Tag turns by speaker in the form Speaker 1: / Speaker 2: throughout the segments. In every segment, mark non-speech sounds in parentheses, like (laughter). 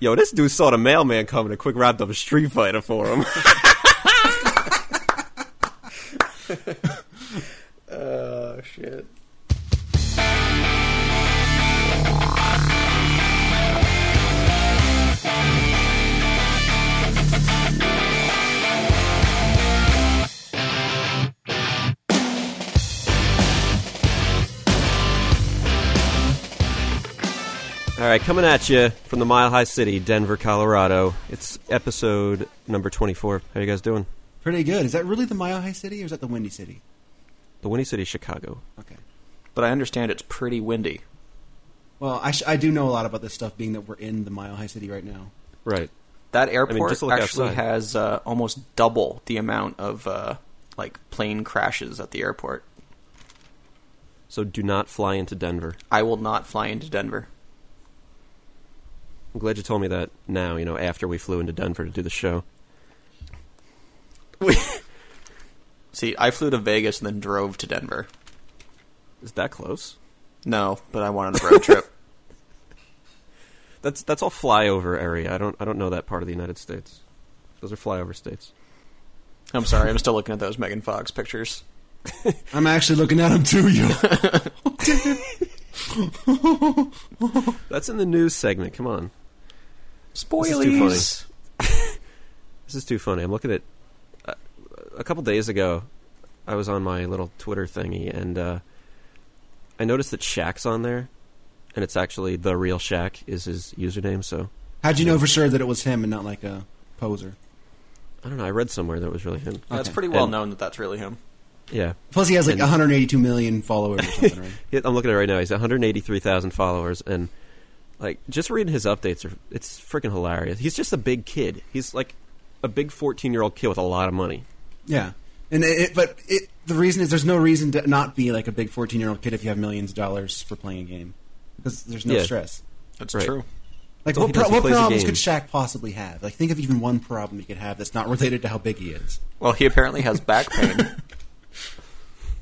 Speaker 1: yo, this dude saw the mailman coming and quick wrapped up a Street Fighter for him. (laughs)
Speaker 2: Oh shit.
Speaker 1: All right, coming at you from the Mile High City, Denver, Colorado. It's episode number 24. How you guys doing?
Speaker 3: Pretty good. Is that really the Mile High City or is that the Windy City?
Speaker 1: The Windy City, Chicago.
Speaker 3: Okay.
Speaker 2: But I understand it's pretty windy.
Speaker 3: Well, I, sh- I do know a lot about this stuff, being that we're in the Mile High City right now.
Speaker 1: Right.
Speaker 2: That
Speaker 1: just
Speaker 2: airport
Speaker 1: look
Speaker 2: actually
Speaker 1: outside.
Speaker 2: has uh, almost double the amount of uh, like plane crashes at the airport.
Speaker 1: So do not fly into Denver.
Speaker 2: I will not fly into Denver.
Speaker 1: I'm glad you told me that now, you know, after we flew into Denver to do the show.
Speaker 2: See, I flew to Vegas and then drove to Denver.
Speaker 1: Is that close?
Speaker 2: No, but I wanted a
Speaker 1: (laughs)
Speaker 2: road trip.
Speaker 1: That's that's all flyover area. I don't I don't know that part of the United States. Those are flyover states.
Speaker 2: I'm sorry, I'm still looking at those Megan Fox pictures.
Speaker 3: I'm actually looking at them too, you.
Speaker 1: That's in the news segment. Come on.
Speaker 2: Spoilies.
Speaker 1: This This is too funny. I'm looking at uh, a couple days ago. I was on my little Twitter thingy, and uh, I noticed that Shaq's on there, and it's actually the real Shaq is his username. So
Speaker 3: How'd you know for sure that it was him and not like a poser?
Speaker 1: I don't know. I read somewhere that it was really him.
Speaker 2: Yeah, it's
Speaker 3: Okay.
Speaker 2: pretty well
Speaker 1: And-
Speaker 2: known that that's really him.
Speaker 1: Yeah,
Speaker 3: Plus, he has like
Speaker 1: And-
Speaker 3: 182 million followers or something,
Speaker 1: (laughs)
Speaker 3: right?
Speaker 1: Yeah, I'm looking at it right now. He's 183,000 followers, and like just reading his updates are it's freaking hilarious. He's just a big kid. He's like a big 14 year old kid with a lot of money.
Speaker 3: Yeah. And it, it- but it, the reason is there's no reason to not be like a big 14 year old kid if you have millions of dollars for playing a game because there's no
Speaker 1: Yeah.
Speaker 3: stress.
Speaker 2: That's
Speaker 1: Right.
Speaker 2: true.
Speaker 3: Like
Speaker 1: all
Speaker 3: what,
Speaker 1: he
Speaker 3: pro-
Speaker 1: does, he
Speaker 3: what
Speaker 1: plays a
Speaker 3: problems
Speaker 1: game.
Speaker 3: could Shaq possibly have? Like think of even one problem he could have that's not related to how big he is.
Speaker 2: Well, he apparently has back pain. (laughs)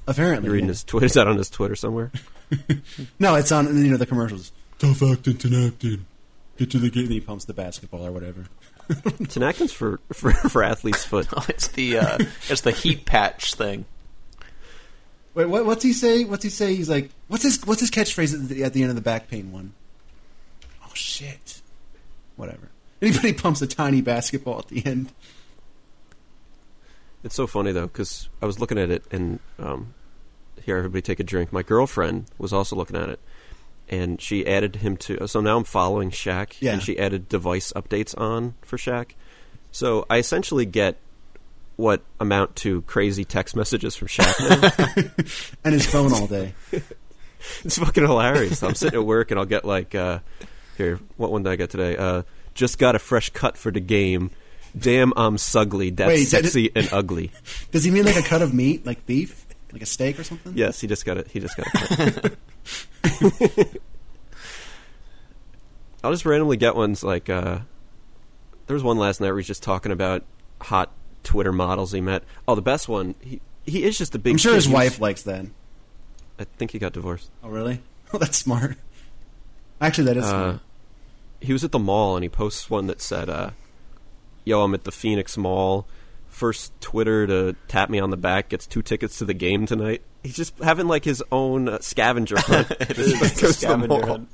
Speaker 3: Apparently,
Speaker 1: You're reading
Speaker 3: yeah.
Speaker 1: his Twitter. Is that on his Twitter
Speaker 3: (laughs)
Speaker 1: somewhere?
Speaker 3: No, it's on you know the commercials. Tough acting, ten acting. Get to the gate. And he pumps the basketball or whatever.
Speaker 1: Tenactin's for, for for athlete's foot.
Speaker 2: it's the uh, it's the heat patch thing.
Speaker 3: Wait, what, what's he say? What's he say? He's like, what's his what's his catchphrase at the, at the end of the back pain one? Oh shit! Whatever. (laughs) Anybody pumps a tiny basketball at the end?
Speaker 1: It's so funny though because I was looking at it and um, here everybody take a drink. My girlfriend was also looking at it, and she added him to. So now I'm following Shaq,
Speaker 3: Yeah.
Speaker 1: and she added device updates on for Shaq. So I essentially get what amount to crazy text messages from Shaq. (laughs) now.
Speaker 3: And his phone all (laughs) day.
Speaker 1: it's fucking hilarious. I'm sitting at work and I'll get like uh, here what one did I get today? Uh, just got a fresh cut for the game. Damn, I'm sugly. That's
Speaker 3: Wait, did it-
Speaker 1: sexy and ugly.
Speaker 3: Does he mean like a cut of meat, like beef, like a steak or something?
Speaker 1: Yes, he just got it. He just got it. I'll just randomly get ones like uh, there was one last night where he's just talking about hot Twitter models he met. Oh, the best one. He he is just a big.
Speaker 3: I'm sure
Speaker 1: kid.
Speaker 3: his
Speaker 1: He was-
Speaker 3: wife likes that.
Speaker 1: I think he got divorced.
Speaker 3: Oh really? (laughs) Oh, that's smart. Actually, that is.
Speaker 1: Uh,
Speaker 3: smart.
Speaker 1: he was at the mall and he posts one that said, uh, "Yo, I'm at the Phoenix Mall. First Twitter to tap me on the back gets two tickets to the game tonight." He's just having like his own uh, scavenger hunt.
Speaker 2: (laughs) It
Speaker 1: (laughs)
Speaker 2: is
Speaker 1: Goes
Speaker 2: it's
Speaker 1: to the
Speaker 2: a scavenger
Speaker 1: mall.
Speaker 2: hunt.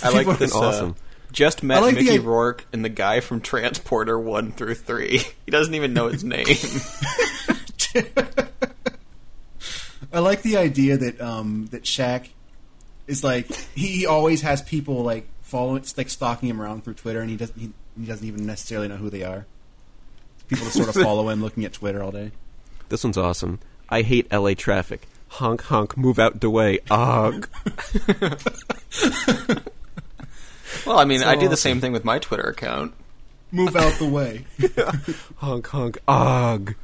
Speaker 2: I like
Speaker 3: People are
Speaker 2: this. uh,
Speaker 1: awesome.
Speaker 2: just met
Speaker 3: I like the
Speaker 2: Mickey
Speaker 3: i-
Speaker 2: Rourke and the guy from Transporter One through Three. (laughs) He doesn't even know
Speaker 1: (laughs)
Speaker 2: his name.
Speaker 3: I like the idea that um, that Shaq is like he always has people like following, like stalking him around through Twitter, and he doesn't he, he doesn't even necessarily know who they are. People just (laughs) sort of follow him, looking at Twitter all day.
Speaker 1: This one's awesome. I hate LA traffic. Honk honk, move out the way. Ugh.
Speaker 2: well, I mean,
Speaker 1: So
Speaker 2: I do the
Speaker 1: awesome.
Speaker 2: same thing with my Twitter account.
Speaker 3: Move out the way.
Speaker 1: honk honk, ugh.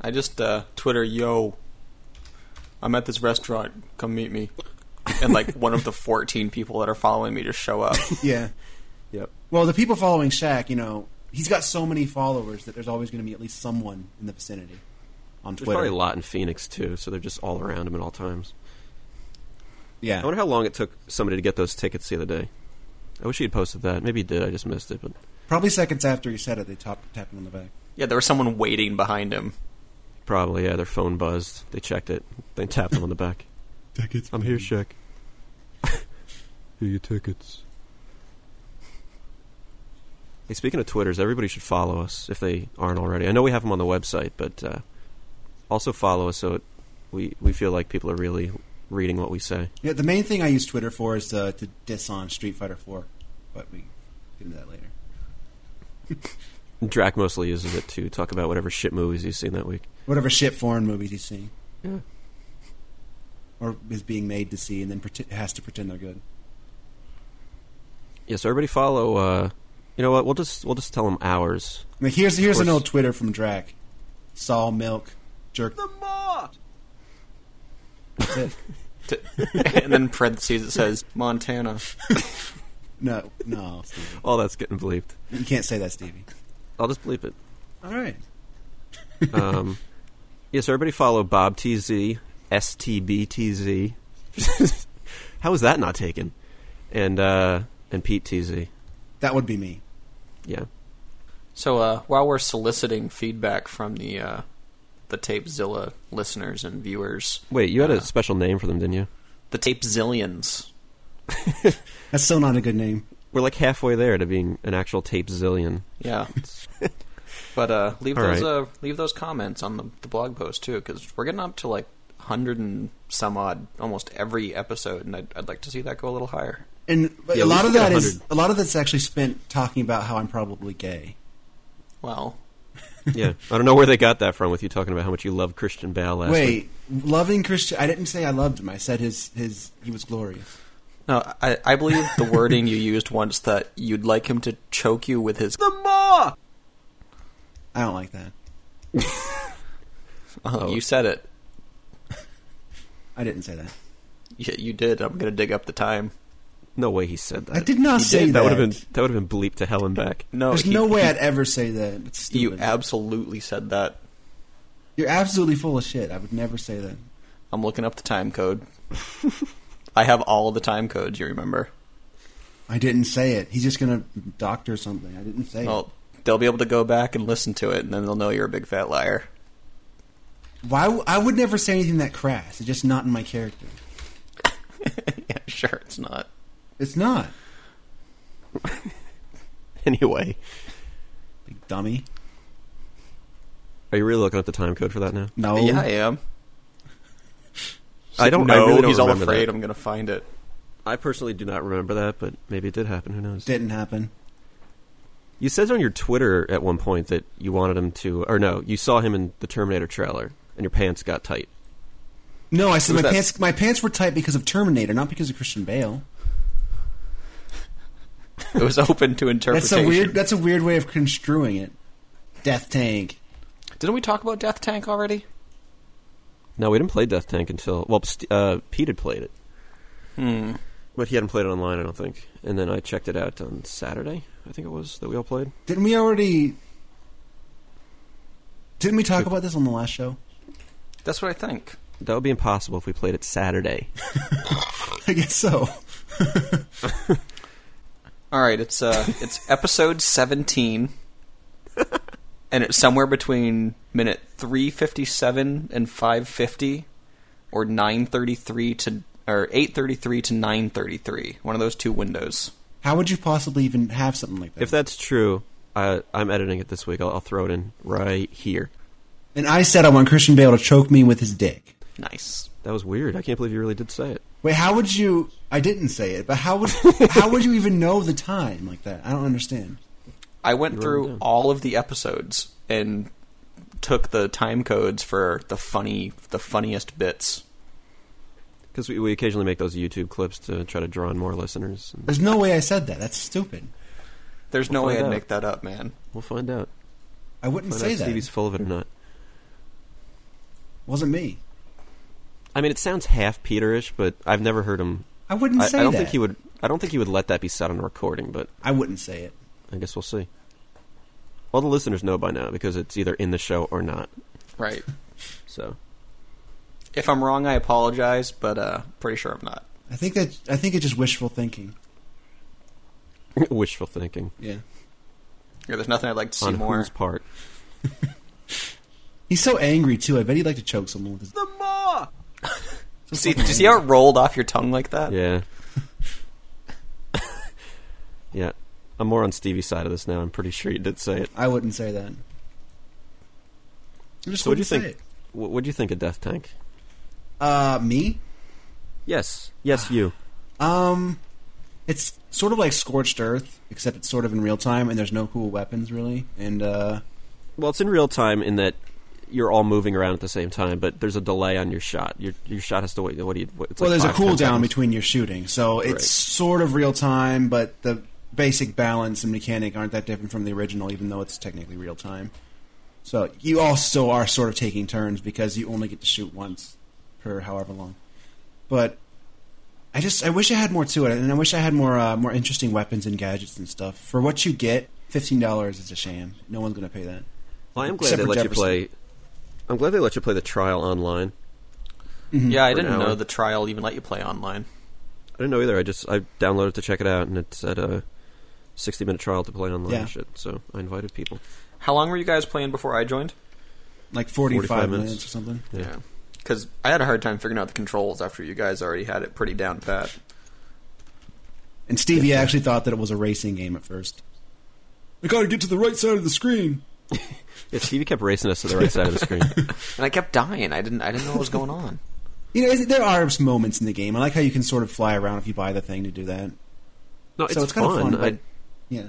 Speaker 2: I just uh, Twitter, yo, I'm at this restaurant. Come meet me. And like
Speaker 1: (laughs)
Speaker 2: one of the 14 people that are following me just show up.
Speaker 3: (laughs) yeah.
Speaker 1: Yep.
Speaker 3: Well, the people following Shaq, you know, he's got so many followers that there's always going to be at least someone in the vicinity on
Speaker 1: There's
Speaker 3: Twitter.
Speaker 1: probably a lot in Phoenix too, so they're just all around him at all times. I
Speaker 3: Yeah.
Speaker 1: wonder how long it took somebody to get those tickets the other day. I wish he had posted that. Maybe he did. I just missed it. But
Speaker 3: Probably seconds after he said it, they top, tapped him on the back.
Speaker 2: Yeah, there was someone waiting behind him.
Speaker 1: probably, yeah, their phone buzzed. They checked it. They tapped him on the back.
Speaker 4: Tickets.
Speaker 1: I'm here, Shaq.
Speaker 4: (laughs) Here your tickets.
Speaker 1: Hey, speaking of Twitters, everybody should follow us if they aren't already. I know we have them on the website, but uh, also follow us so it, we we feel like people are really reading what we say.
Speaker 3: Yeah, the main thing I use Twitter for is uh, to diss on Street Fighter Four, but we get into that later.
Speaker 1: Drac mostly uses it to talk about whatever shit movies he's seen that week.
Speaker 3: Whatever shit foreign movies he's seeing.
Speaker 1: Yeah.
Speaker 3: Or is being made to see, and then pretend, has to pretend they're good.
Speaker 1: Yeah, so everybody follow. Uh, you know what? We'll just we'll just tell them ours.
Speaker 3: Like here's here's an
Speaker 1: course.
Speaker 3: old Twitter from Drac. Saw milk jerk. That's it.
Speaker 2: To, (laughs) and then parentheses it says Montana.
Speaker 3: No, no, Stevie.
Speaker 1: All that's getting bleeped.
Speaker 3: you can't say that, Stevie.
Speaker 1: I'll just bleep it.
Speaker 3: All right.
Speaker 1: Um, yeah, so everybody follow Bob TZ, STBTZ. (laughs) How is that not taken? And uh, and Pete TZ.
Speaker 3: That would be me.
Speaker 1: Yeah.
Speaker 2: So uh, while we're soliciting feedback from the uh, the Tapezilla listeners and viewers,
Speaker 1: Wait, you had
Speaker 2: Uh,
Speaker 1: a special name for them, didn't you?
Speaker 2: the Tapezillions.
Speaker 3: That's still not a good name.
Speaker 1: We're like halfway there to being an actual tape zillion.
Speaker 2: (laughs) Yeah. but uh, leave
Speaker 1: All
Speaker 2: those
Speaker 1: right.
Speaker 2: uh, leave those comments on the, the blog post too, because we're getting up to like hundred and some odd almost every episode, and I'd, I'd like to see that go a little higher.
Speaker 3: And but
Speaker 1: Yeah,
Speaker 3: a
Speaker 1: we
Speaker 3: lot
Speaker 1: should
Speaker 3: of
Speaker 1: get
Speaker 3: that is
Speaker 1: 100.
Speaker 3: a lot of that's actually spent talking about how I'm probably gay.
Speaker 2: Well,
Speaker 1: yeah. I don't know where they got that from with you talking about how much you love Christian Bale last week.
Speaker 3: Wait, loving Christian? I didn't say I loved him. I said his his he was glorious.
Speaker 2: no, I, I believe (laughs) the wording you used once that you'd like him to choke you with his.
Speaker 3: I don't like that.
Speaker 2: Uh,
Speaker 1: Oh.
Speaker 2: You said it.
Speaker 3: I didn't say that.
Speaker 2: Yeah, you did. I'm gonna dig up the time.
Speaker 1: No way he said that.
Speaker 3: I did not
Speaker 2: He
Speaker 3: say
Speaker 2: did.
Speaker 3: that.
Speaker 1: that would have been that would have been bleeped to hell and back.
Speaker 2: No,
Speaker 3: There's
Speaker 2: he-
Speaker 3: no way
Speaker 2: he-
Speaker 3: I'd ever say that. It's
Speaker 2: You
Speaker 3: stupid.
Speaker 2: absolutely said that.
Speaker 3: You're absolutely full of shit. I would never say that.
Speaker 2: I'm looking up the time code. I have all the time codes. You remember?
Speaker 3: I didn't say it. He's just gonna doctor something. I didn't say
Speaker 2: Well, they'll be able to go back and listen to it, and then they'll know you're a big fat liar. (laughs)
Speaker 3: it. Why? w- I would never say anything that crass. It's just not in my character.
Speaker 2: yeah, sure, it's not.
Speaker 3: It's not.
Speaker 1: Anyway,
Speaker 3: Big dummy.
Speaker 1: are you really looking up the time code for that now?
Speaker 3: No.
Speaker 2: Yeah, I am.
Speaker 1: I don't- I
Speaker 2: know.
Speaker 1: really don't
Speaker 2: he's all
Speaker 1: remember
Speaker 2: afraid
Speaker 1: that.
Speaker 2: I'm going to find it.
Speaker 1: I personally do not remember that, but maybe it did happen. Who knows?
Speaker 3: Didn't happen.
Speaker 1: You said on your Twitter at one point that you wanted him to, or no, you saw him in the Terminator trailer, and your pants got tight.
Speaker 3: No, I said
Speaker 2: Who's
Speaker 3: my
Speaker 2: that?
Speaker 3: pants. My pants were tight because of Terminator, not because of Christian Bale.
Speaker 2: It was open
Speaker 3: (laughs)
Speaker 2: to
Speaker 3: That's
Speaker 2: interpretation.
Speaker 3: a weird. That's a weird way of construing it. Death Tank.
Speaker 2: Didn't we talk about Death Tank already?
Speaker 1: No, we didn't play Death Tank until well, St- uh, Pete had played it,
Speaker 2: Hmm.
Speaker 1: but he hadn't played it online, I don't think. And then I checked it out on Saturday, I think it was that we all played.
Speaker 3: Didn't we already? Didn't we talk about this on the last show? (laughs)
Speaker 2: That's what I think.
Speaker 1: That would be impossible if we played it Saturday.
Speaker 3: I guess so.
Speaker 2: All right, it's uh, it's
Speaker 1: (laughs)
Speaker 2: episode 17, and it's somewhere between minute 357 and 550, or 933 to or 833 to 933. One of those two windows.
Speaker 3: How would you possibly even have something like that?
Speaker 1: If that's true, I, I'm editing it this week. I'll, I'll throw it in right here.
Speaker 3: and I said I want Christian Bale to choke me with his dick.
Speaker 2: Nice.
Speaker 1: That was weird. I can't believe you really did say it.
Speaker 3: Wait, how would you? I didn't say it, but how would how would you even know the time like that? I don't understand.
Speaker 2: I went
Speaker 1: You wrote it
Speaker 2: through
Speaker 1: down.
Speaker 2: all of the episodes and took the time codes for the funny, the funniest bits.
Speaker 1: Because we, we occasionally make those YouTube clips to try to draw in more listeners. And
Speaker 3: There's no way I said that. That's stupid.
Speaker 2: There's no
Speaker 1: We'll
Speaker 2: way
Speaker 1: find
Speaker 2: I'd
Speaker 1: out.
Speaker 2: make that up, man.
Speaker 1: we'll find out.
Speaker 3: I wouldn't
Speaker 1: Find out
Speaker 3: say
Speaker 1: if
Speaker 3: that.
Speaker 1: Stevie's full of it or not.
Speaker 3: Wasn't me.
Speaker 1: I mean, it sounds half Peterish, but I've never heard him.
Speaker 3: I wouldn't
Speaker 1: I, I
Speaker 3: say
Speaker 1: don't
Speaker 3: that.
Speaker 1: think he would. I don't think he would let that be said on a recording. But
Speaker 3: I wouldn't say it.
Speaker 1: I guess we'll see. All the listeners know by now because it's either in the show or not.
Speaker 2: Right.
Speaker 1: So (laughs)
Speaker 2: If I'm wrong, I apologize, but uh, pretty sure I'm not.
Speaker 3: I think that I think it's just wishful thinking.
Speaker 1: Wishful thinking
Speaker 3: Yeah.
Speaker 2: Yeah, there's nothing I'd like to see
Speaker 1: on
Speaker 2: more.
Speaker 1: whose part?
Speaker 3: He's so angry too. I bet he'd like to choke someone with his.
Speaker 2: The
Speaker 3: (laughs)
Speaker 2: more. see, did you see how it rolled off your tongue like
Speaker 1: (laughs)
Speaker 2: that?
Speaker 1: Yeah. yeah. I'm more on Stevie's side of this now. I'm pretty sure you did say it.
Speaker 3: I wouldn't say that. I just
Speaker 1: So what do you
Speaker 3: wouldn't say
Speaker 1: think? What would you think of Death Tank?
Speaker 3: it. Uh, me?
Speaker 1: Yes. Yes, you.
Speaker 3: Um, it's sort of like Scorched Earth, except it's sort of in real time, and there's no cool weapons really. And uh,
Speaker 1: Well, it's in real time in that you're all moving around at the same time, but there's a delay on your shot. Your your shot has to wait. What do you? What, it's
Speaker 3: well,
Speaker 1: like
Speaker 3: there's a
Speaker 1: five, ten
Speaker 3: cooldown
Speaker 1: seconds.
Speaker 3: between your shooting, so it's
Speaker 1: Right.
Speaker 3: sort of real time, but the basic balance and mechanic aren't that different from the original, even though it's technically real time. So you also are sort of taking turns because you only get to shoot once per however long. But I just I wish I had more to it, and I wish I had more uh, more interesting weapons and gadgets and stuff. For what you get, fifteen dollars is a sham. No one's going to pay that.
Speaker 1: Well, I am glad
Speaker 3: Except
Speaker 1: they
Speaker 3: for
Speaker 1: let
Speaker 3: Jefferson.
Speaker 1: you play. I'm glad they let you play the trial online.
Speaker 2: Yeah, I
Speaker 1: For an
Speaker 2: didn't know
Speaker 1: hour.
Speaker 2: the trial even let you play online.
Speaker 1: I didn't know either. I just I downloaded it to check it out, and it said a 60 minute trial to play online.
Speaker 3: Yeah.
Speaker 1: And shit. So I invited people.
Speaker 2: How long were you guys playing before I joined?
Speaker 3: Like forty
Speaker 1: 45
Speaker 3: five
Speaker 1: minutes.
Speaker 3: minutes. or something.
Speaker 1: Yeah.
Speaker 2: Because I had a hard time figuring out the controls after you guys already had it pretty down pat.
Speaker 3: And Stevie actually thought that it was a racing game at first. I gotta get to the right side of the screen.
Speaker 1: Yeah, Stevie kept racing us to the right side of the screen.
Speaker 3: (laughs)
Speaker 2: And I kept dying. I didn't. I didn't know what was
Speaker 1: (laughs)
Speaker 2: going on.
Speaker 3: You know, there are moments in the game. I like how you can sort of fly around if you buy the thing to do that.
Speaker 1: No, it's,
Speaker 3: so it's kind
Speaker 1: fun.
Speaker 3: of fun, but yeah,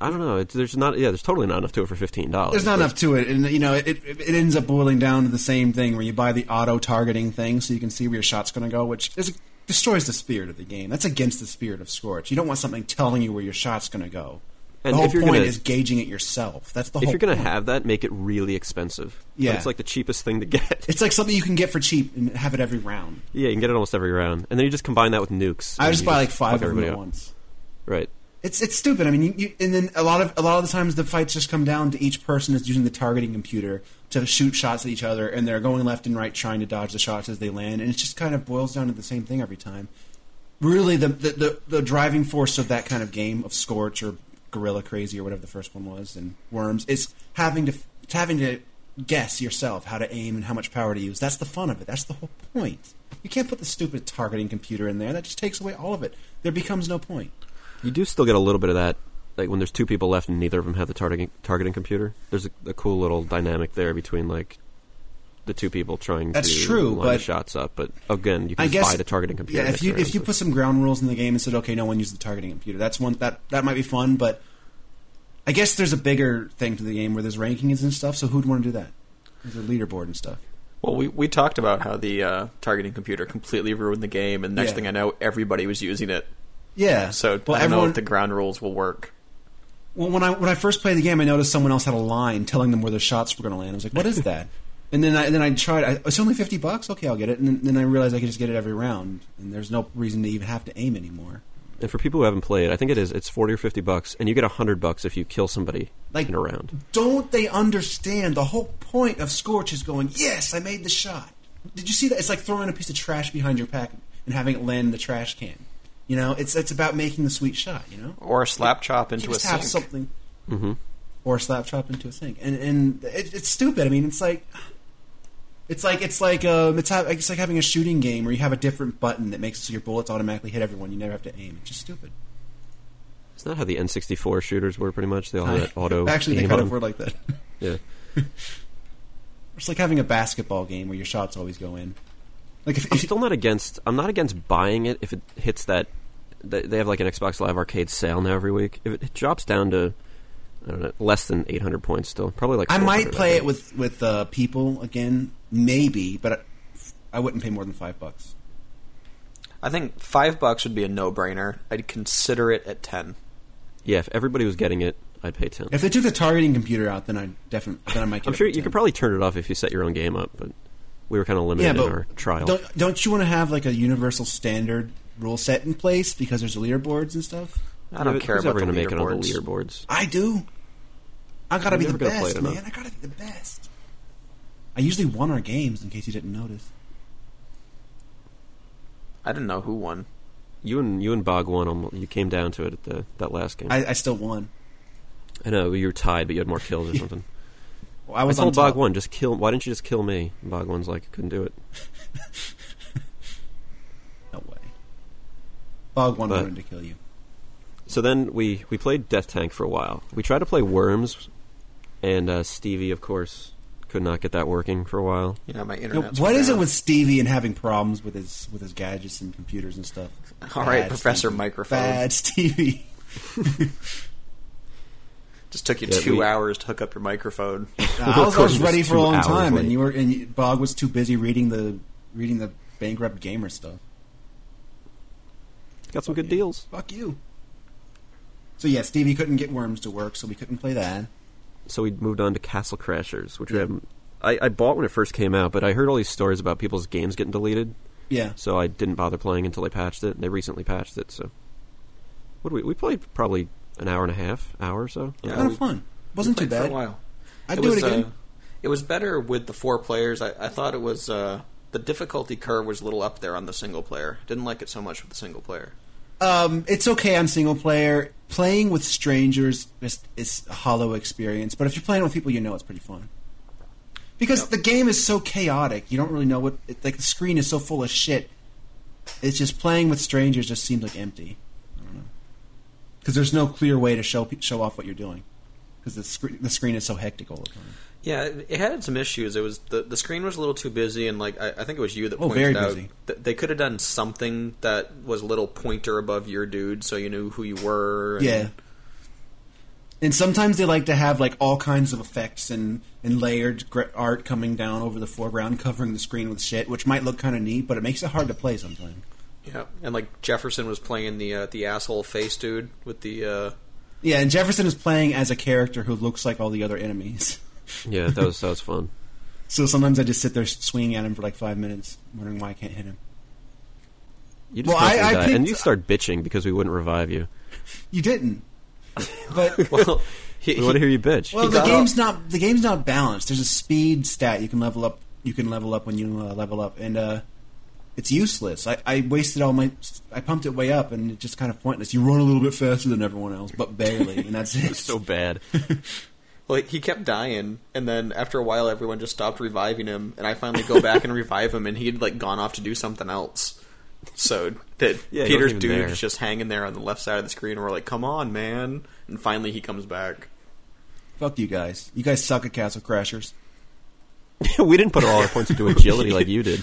Speaker 1: I, I don't know. It's, there's not. Yeah, there's totally not enough to it for fifteen dollars.
Speaker 3: there's not enough to it, and you know, it, it it ends up boiling down to the same thing where you buy the auto targeting thing so you can see where your shot's going to go, which is destroys the spirit of the game. That's against the spirit of Scorch. You don't want something telling you where your shot's going to go.
Speaker 1: And
Speaker 3: the whole
Speaker 1: if you're
Speaker 3: point
Speaker 1: gonna-
Speaker 3: is gauging it yourself. That's the
Speaker 1: If
Speaker 3: whole.
Speaker 1: you're gonna
Speaker 3: point.
Speaker 1: have that, make it really expensive. But
Speaker 3: Yeah.
Speaker 1: it's like the cheapest thing to get.
Speaker 3: it's like something you can get for cheap and have it every round.
Speaker 1: (laughs) yeah, you can get it almost every round, and then you just combine that with nukes.
Speaker 3: I
Speaker 1: and
Speaker 3: just
Speaker 1: you
Speaker 3: buy like
Speaker 1: fuck
Speaker 3: five of them
Speaker 1: everybody
Speaker 3: at
Speaker 1: up.
Speaker 3: once.
Speaker 1: Right.
Speaker 3: It's it's stupid. I mean, you, you, and then a lot of a lot of the times the fights just come down to each person is using the targeting computer to shoot shots at each other, and they're going left and right trying to dodge the shots as they land, and it just kind of boils down to the same thing every time. Really, the the, the, the driving force of that kind of game of Scorch or Gorilla Crazy or whatever the first one was and Worms is having to it's having to guess yourself how to aim and how much power to use. That's the fun of it. That's the whole point. You can't put the stupid targeting computer in there. That just takes away all of it. There becomes no point.
Speaker 1: You do still get a little bit of that, like when there's two people left and neither of them have the targeting targeting computer. There's a, a cool little dynamic there between like the two people trying
Speaker 3: That's
Speaker 1: to
Speaker 3: true,
Speaker 1: line the
Speaker 3: but-
Speaker 1: shots up. But again, you
Speaker 3: I
Speaker 1: can just
Speaker 3: guess-
Speaker 1: buy the targeting computer.
Speaker 3: Yeah, if
Speaker 1: next
Speaker 3: you
Speaker 1: round,
Speaker 3: if you
Speaker 1: so-
Speaker 3: put some ground rules in the game and said, okay, no one uses the targeting computer, that's one that that might be fun. But I guess there's a bigger thing to the game where there's rankings and stuff. So who'd want to do that? There's a leaderboard and stuff.
Speaker 2: Well, we we talked about how the uh, targeting computer completely ruined the game, and next
Speaker 3: Yeah.
Speaker 2: thing I know, everybody was using it.
Speaker 3: Yeah.
Speaker 2: So
Speaker 3: well,
Speaker 2: I don't know
Speaker 3: everyone.
Speaker 2: if the ground rules will work.
Speaker 3: well, when I when I first played the game, I noticed someone else had a line telling them where their shots were going to land. I was like, what is that? (laughs) and then I then I tried. I, it's only fifty bucks. Okay, I'll get it. And then, then I realized I could just get it every round, and there's no reason to even have to aim anymore.
Speaker 1: and for people who haven't played, I think it is it's forty or fifty bucks, and you get hundred bucks if you kill somebody
Speaker 3: Like-
Speaker 1: in a round.
Speaker 3: don't they understand the whole point of Scorch is going, yes, I made the shot. Did you see that? It's like throwing a piece of trash behind your pack and having it land in the trash can. You know, it's it's about making the sweet shot. You know,
Speaker 2: Or a slap chop into a
Speaker 3: just have
Speaker 2: sink.
Speaker 3: something,
Speaker 1: Mm-hmm.
Speaker 3: or a slap chop into a sink, and and it, it's stupid. I mean, it's like. It's like it's like um, it's, ha- it's like having a shooting game where you have a different button that makes it so your bullets automatically hit everyone. You never have to aim. It's just stupid.
Speaker 1: It's not how the N64 shooters were. Pretty much, they all had that auto.
Speaker 3: (laughs) Actually, they
Speaker 1: aim on
Speaker 3: kind of
Speaker 1: them.
Speaker 3: were like that.
Speaker 1: Yeah.
Speaker 3: It's like having a basketball game where your shots always go in. Like if,
Speaker 1: I'm still not against. I'm not against buying it if it hits that. They they have like an Xbox Live Arcade sale now every week. If it drops down to, I don't know, less than 800 points, still probably like.
Speaker 3: I
Speaker 1: 400,
Speaker 3: might
Speaker 1: I
Speaker 3: play
Speaker 1: think.
Speaker 3: it with with uh, people again, maybe, but I, I wouldn't pay more than five bucks.
Speaker 2: I think five bucks would be a no brainer. I'd consider it at ten.
Speaker 1: Yeah, if everybody was getting it, I'd pay 10.
Speaker 3: If they took the targeting computer out, then I definitely then I might. Get
Speaker 1: I'm
Speaker 3: it
Speaker 1: sure
Speaker 3: for
Speaker 1: you could
Speaker 3: 10.
Speaker 1: probably turn it off if you set your own game up, but we were kind of limited
Speaker 3: yeah, but
Speaker 1: in our trial.
Speaker 3: Don't don't you want to have like a universal standard rule set in place because there's leaderboards and stuff?
Speaker 2: I don't
Speaker 1: Yeah, but
Speaker 2: care
Speaker 1: who's
Speaker 2: about
Speaker 1: ever
Speaker 2: the
Speaker 1: gonna make it on the leaderboards.
Speaker 2: leaderboards.
Speaker 3: I do. I gotta
Speaker 1: I'm
Speaker 3: be the
Speaker 1: never gonna play
Speaker 3: best,
Speaker 1: it
Speaker 3: man.
Speaker 1: enough.
Speaker 3: I gotta be the best. I usually won our games, in case you didn't notice.
Speaker 2: I didn't know who won.
Speaker 1: you and you and Bog won. almo- You came down to it at the that last game. I,
Speaker 3: I, I still won.
Speaker 1: know you were tied, but you had more
Speaker 3: (laughs)
Speaker 1: kills or something.
Speaker 3: Well, I
Speaker 1: I,
Speaker 3: was
Speaker 1: told
Speaker 3: on
Speaker 1: Bog
Speaker 3: top.
Speaker 1: one, just kill. Why didn't you just kill me? And Bog one's like, couldn't do it.
Speaker 3: No way. Bog one
Speaker 1: But-
Speaker 3: wanted to kill you.
Speaker 1: So then we we played Death Tank for a while. We tried to play Worms, and uh, Stevie, of course, could not get that working for a while.
Speaker 2: Yeah, my
Speaker 3: You know,
Speaker 2: internet.
Speaker 3: what is it with Stevie and having problems with his with his gadgets and computers and stuff?
Speaker 2: All right,
Speaker 3: Bad
Speaker 2: Professor
Speaker 3: Stevie.
Speaker 2: Microphone.
Speaker 3: Bad
Speaker 2: (laughs)
Speaker 3: Stevie.
Speaker 2: Just took you
Speaker 1: Yeah,
Speaker 2: two
Speaker 1: we-
Speaker 2: hours to hook up your microphone.
Speaker 3: Nah, I was, I
Speaker 1: course
Speaker 3: was
Speaker 1: it was
Speaker 3: ready for a
Speaker 1: two
Speaker 3: long
Speaker 1: hours
Speaker 3: time,
Speaker 1: late.
Speaker 3: and you were and you- Bog was too busy reading the reading the bankrupt gamer stuff.
Speaker 1: Got some good deals.
Speaker 3: Fuck you. So yeah, Stevie couldn't get worms to work, so we couldn't play that.
Speaker 1: So we moved on to Castle Crashers, which we
Speaker 3: Yeah.
Speaker 1: haven't. I, I bought when it first came out, but I heard all these stories about people's games getting deleted,
Speaker 3: Yeah,
Speaker 1: so I didn't bother playing until they patched it. And they recently patched it, so what did we we played probably an hour and a half, hour or so.
Speaker 2: Yeah,
Speaker 3: kind
Speaker 2: we-
Speaker 3: of fun. (laughs) Wasn't too
Speaker 2: Played For a
Speaker 3: bad.
Speaker 2: while.
Speaker 3: I'd do
Speaker 2: was,
Speaker 3: it again.
Speaker 2: uh, it was better with the four players. I, I thought it was uh, the difficulty curve was a little up there on the single player. Didn't like it so much with the single player.
Speaker 3: um, it's okay on single player. Playing with strangers is, is a hollow experience, but if you're playing with people you know, it's pretty fun. Because
Speaker 2: Yep.
Speaker 3: the game is so chaotic, you don't really know what. It, like the screen is so full of shit. It's just playing with strangers just seems like empty. I don't know because there's no clear way to show pe- show off what you're doing because the screen the screen is so hectic all the time.
Speaker 2: Yeah, it it had some issues. It was the the screen was a little too busy, and like I, I think it was you that
Speaker 3: Oh,
Speaker 2: pointed
Speaker 3: very
Speaker 2: out
Speaker 3: busy.
Speaker 2: that they could have done something that was a little pointer above your dude, so you knew who you were. and-
Speaker 3: Yeah. And sometimes they like to have like all kinds of effects and and layered gr- art coming down over the foreground, covering the screen with shit, which might look kind of neat, but it makes it hard to play sometimes.
Speaker 2: yeah. And like Jefferson was playing the uh, the asshole face dude with the uh,
Speaker 3: Yeah, and Jefferson is playing as a character who looks like all the other enemies. (laughs)
Speaker 1: yeah, that was that was fun.
Speaker 3: So sometimes I just sit there swinging at him for like five minutes, wondering why I can't hit him.
Speaker 1: You just
Speaker 3: Well, I-
Speaker 1: constantly
Speaker 3: I
Speaker 1: die, and
Speaker 3: picked-
Speaker 1: you start bitching because we wouldn't revive you.
Speaker 3: You (laughs) didn't,
Speaker 1: (laughs)
Speaker 3: but
Speaker 2: (laughs) well, he,
Speaker 1: We want to
Speaker 2: he-
Speaker 1: hear you bitch.
Speaker 3: well,
Speaker 2: he
Speaker 3: the
Speaker 2: got
Speaker 3: game's not the game's not balanced. There's a speed stat you can level up. You can level up when you uh, level up, and uh, it's useless. I, I wasted all my. I pumped it way up, and it's just kind of pointless. You run a little bit faster than everyone else, but barely, and
Speaker 2: (laughs)
Speaker 3: that's it.
Speaker 1: so bad. (laughs)
Speaker 2: like he kept dying, and then after a while, everyone just stopped reviving him, and I finally go back and revive him, and he'd like gone off to do something else. So that
Speaker 1: (laughs) Yeah, he
Speaker 2: Peter's
Speaker 1: wasn't
Speaker 2: dude
Speaker 1: even
Speaker 2: was
Speaker 1: there.
Speaker 2: just hanging there on the left side of the screen. and We're like, "Come on, man!" And finally, he comes back.
Speaker 3: Fuck you guys. You guys suck at Castle Crashers.
Speaker 1: we didn't put all our points into agility like you
Speaker 2: (laughs)
Speaker 1: did.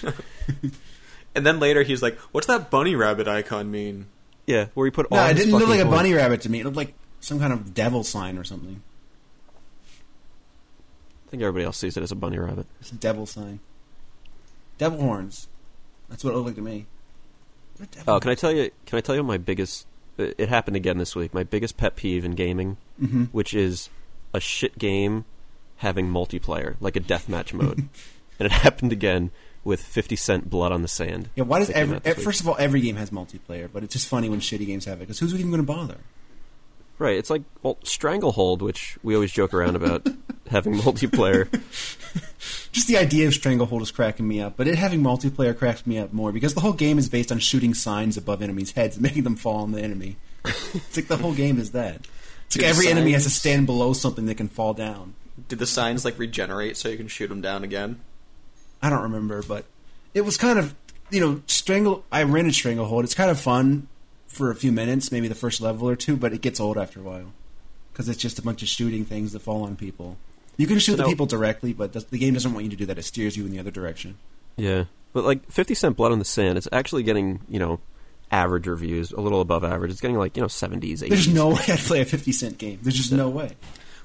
Speaker 2: And then later, he's like, "What's that bunny rabbit icon mean?"
Speaker 1: Yeah, where we put
Speaker 2: Oh,
Speaker 1: all.
Speaker 3: No, it
Speaker 1: his
Speaker 3: didn't look
Speaker 1: fucking
Speaker 3: like a
Speaker 1: points.
Speaker 3: bunny rabbit to me. It looked like some kind of devil sign or something.
Speaker 1: I think everybody else sees it as a bunny rabbit.
Speaker 3: It's a devil sign. Devil horns. That's what it looked like to me. What a devil-
Speaker 1: Oh, can I tell you? Can I tell you my biggest? It it happened again this week. My biggest pet peeve in gaming,
Speaker 3: Mhm.
Speaker 1: which is a shit game having multiplayer, like a deathmatch mode,
Speaker 3: (laughs)
Speaker 1: and it happened again with Fifty Cent Blood on the Sand.
Speaker 3: Yeah, why does
Speaker 1: that came
Speaker 3: every
Speaker 1: out this
Speaker 3: eh, first of all every game has multiplayer, but it's just funny when shitty games have it because who's even going to bother?
Speaker 1: Right, it's like well, Stranglehold, which we always joke around
Speaker 3: (laughs)
Speaker 1: about having multiplayer.
Speaker 3: Just the idea of Stranglehold is cracking me up, but it having multiplayer cracks me up more because the whole game is based on shooting signs above enemies' heads, (laughs) and making them fall on the enemy. it's like the whole game is that. It's like
Speaker 2: Dude,
Speaker 3: every enemy has to
Speaker 2: signs.
Speaker 3: stand below something that can fall down.
Speaker 2: Did the signs like regenerate so you can shoot him down again?
Speaker 3: I don't remember, but it was kind of you know strangle. I rented Stranglehold. It's kind of fun for a few minutes, maybe the first level or two, but it gets old after a while because it's just a bunch of shooting things that fall on people. You can shoot
Speaker 1: So
Speaker 3: the
Speaker 1: now-
Speaker 3: people directly, but the, the game doesn't want you to do that. It steers you in the other direction.
Speaker 1: Yeah, but like Fifty Cent Blood on the Sand, it's actually getting you know average reviews, a little above average. It's getting like you know seventies, eighties.
Speaker 3: There's no (laughs) way I'd play a fifty cent game. There's just no way.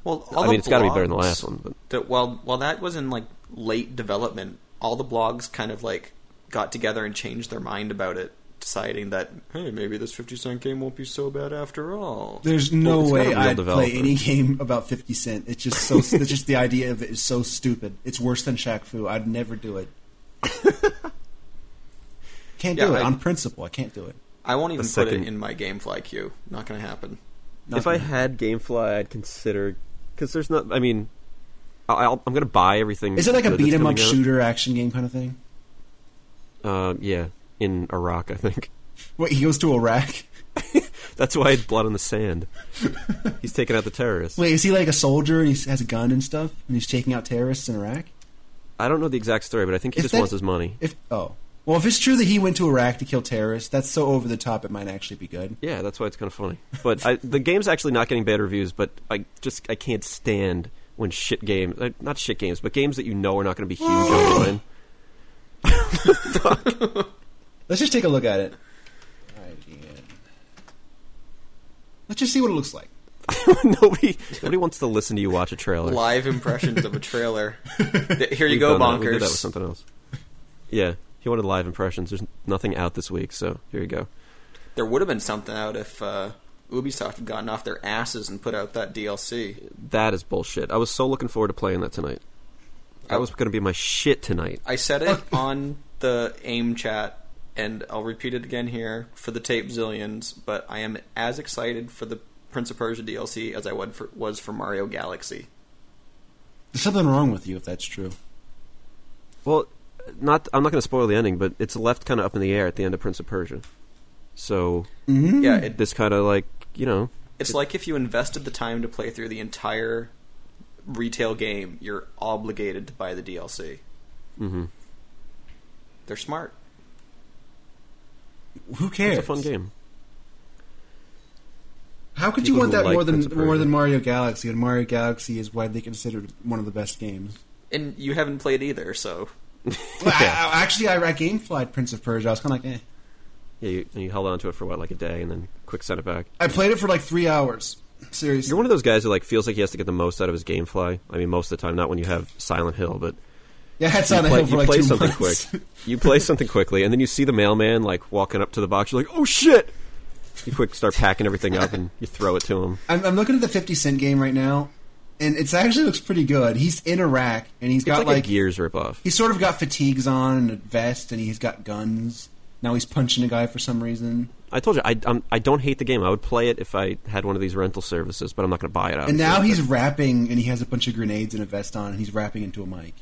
Speaker 2: Well, all
Speaker 1: I
Speaker 2: the
Speaker 1: mean, it's got to be better than the
Speaker 2: blogs-
Speaker 1: last one, but
Speaker 2: that while while that was in like late development, all the blogs kind of like got together and changed their mind about it, deciding that hey, maybe this fifty cent game won't be so bad after all.
Speaker 3: There's
Speaker 1: Well,
Speaker 3: no
Speaker 1: it's got a
Speaker 3: way
Speaker 1: real
Speaker 3: I'd
Speaker 1: developer.
Speaker 3: play any game about fifty cent. It's just so. it's just the idea of it is so stupid. It's worse than Shaq Fu. I'd never do it. can't do
Speaker 2: Yeah,
Speaker 3: it
Speaker 2: I-
Speaker 3: on principle. I can't do it.
Speaker 2: I won't
Speaker 1: The
Speaker 2: even put
Speaker 1: second-
Speaker 2: it in my GameFly queue. Not going to happen.
Speaker 3: Not
Speaker 1: if I
Speaker 3: gonna-
Speaker 1: had GameFly, I'd consider because there's not. I mean, I- I'll, I'm going to buy everything.
Speaker 3: Is it like a
Speaker 1: good Mm. that's
Speaker 3: beat 'em up
Speaker 1: coming out.
Speaker 3: shooter action game kind of thing?
Speaker 1: Uh, yeah, in Iraq, I think. (laughs)
Speaker 3: Wait, he goes to Iraq. (laughs)
Speaker 1: That's why it's blood on the sand. He's taking out the terrorists.
Speaker 3: Wait, is he like a soldier and he has a gun and stuff, and he's taking out terrorists in Iraq?
Speaker 1: I don't know the exact story, but I think he
Speaker 3: Is
Speaker 1: just
Speaker 3: that-
Speaker 1: wants his money.
Speaker 3: If oh, well, if it's true that he went to Iraq to kill terrorists, that's so over the top. It might actually be good.
Speaker 1: Yeah, that's why it's kind of funny. But I, the game's actually not getting bad reviews. But I just I can't stand when shit games, uh, not shit games, but games that you know are not going to be huge
Speaker 2: (laughs)
Speaker 1: online.
Speaker 3: Let's just take a look at it. IGN. Let's just see what it looks like.
Speaker 1: (laughs) nobody nobody wants to listen to you watch a trailer.
Speaker 2: Live impressions of a
Speaker 1: (laughs)
Speaker 2: trailer. Th- Here you
Speaker 1: We've
Speaker 2: go,
Speaker 1: done that. We
Speaker 2: bonkers.
Speaker 1: did that with something else. Yeah, he wanted live impressions. There's nothing out this week, so here you go.
Speaker 2: There would have been something out if uh, Ubisoft had gotten off their asses and put out that DLC.
Speaker 1: That is bullshit. I was so looking forward to playing that tonight. That was going to be my shit tonight.
Speaker 2: I said it on the AIM chat, and I'll repeat it again here for the tape zillions, but I am as excited for the Prince of Persia DLC as I would for, was for Mario Galaxy.
Speaker 3: There's something wrong with you if that's true.
Speaker 1: Well, not I'm not going to spoil the ending, but it's left kind of up in the air at the end of Prince of Persia. So
Speaker 3: Mm-hmm.
Speaker 2: Yeah, it,
Speaker 1: this kind of like you know
Speaker 2: it's like if you invested the time to play through the entire retail game, you're obligated to buy the DLC.
Speaker 1: hmm
Speaker 2: They're smart.
Speaker 3: Who cares?
Speaker 1: it's a fun game.
Speaker 3: How could
Speaker 1: People
Speaker 3: you want
Speaker 1: who
Speaker 3: that
Speaker 1: like
Speaker 3: more than
Speaker 1: Prince of
Speaker 3: more
Speaker 1: Persia.
Speaker 3: than Mario Galaxy? And Mario Galaxy is widely considered one of the best games. (laughs)
Speaker 2: And you haven't played either, so
Speaker 3: Well, I,
Speaker 1: Yeah.
Speaker 3: I, actually, I, I gameflied Prince of Persia. I was kind of like, eh.
Speaker 1: Yeah, you, and you held on to it for what like a day, and then quick sent it back.
Speaker 3: I played it for like three hours. Seriously,
Speaker 1: You're one of those guys who like feels like he has to get the most out of his GameFly. I mean, most of the time, not when you have Silent Hill, but
Speaker 3: yeah, it's on
Speaker 1: you
Speaker 3: a
Speaker 1: play,
Speaker 3: hill for
Speaker 1: you
Speaker 3: like
Speaker 1: play
Speaker 3: two
Speaker 1: something
Speaker 3: months.
Speaker 1: quick. You play something quickly, and then you see the mailman like walking up to the box. You're like, "Oh shit!" You quick start packing everything up, and you throw it to him.
Speaker 3: (laughs) I'm, I'm looking at the 50 Cent game right now, and it actually looks pretty good. He's in Iraq, and he's
Speaker 1: It's
Speaker 3: got
Speaker 1: like,
Speaker 3: like,
Speaker 1: a Gears ripoff.
Speaker 3: he's sort of got fatigues on and a vest, and he's got guns. Now he's punching a guy for some reason,
Speaker 1: I told you, I um, I don't hate the game. I would play it if I had one of these rental services, but I'm not going to buy it. Obviously.
Speaker 3: and now he's rapping, and he has a bunch of grenades and a vest on, and he's rapping into a mic.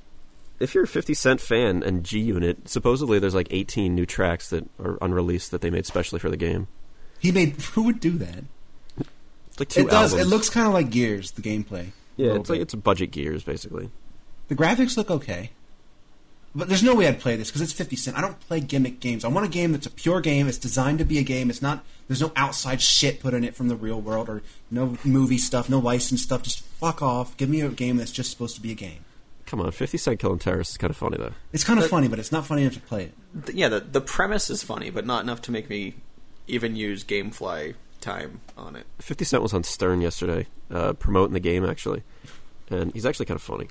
Speaker 1: if you're a 50 Cent fan and G Unit, supposedly there's like 18 new tracks that are unreleased that they made specially for the game.
Speaker 3: He made (laughs) who would do that?
Speaker 1: It's like two
Speaker 3: it does.
Speaker 1: albums.
Speaker 3: It looks kind of like Gears, the gameplay. a
Speaker 1: yeah,
Speaker 3: little
Speaker 1: it's like
Speaker 3: bit.
Speaker 1: it's budget Gears basically.
Speaker 3: The graphics look okay. But there's no way I'd play this because it's 50 Cent. I don't play gimmick games. I want a game that's a pure game. It's designed to be a game. It's not. There's no outside shit put in it from the real world or no movie stuff, no licensed stuff. Just fuck off. Give me a game that's just supposed to be a game.
Speaker 1: Come on, 50 Cent killing terrorists is kind of funny though.
Speaker 3: It's kind of funny, but it's not funny enough to play it.
Speaker 2: th- yeah, the the premise is funny, but not enough to make me even use GameFly time on it.
Speaker 1: 50 Cent was on Stern yesterday, uh, promoting the game actually, and he's actually kind of funny.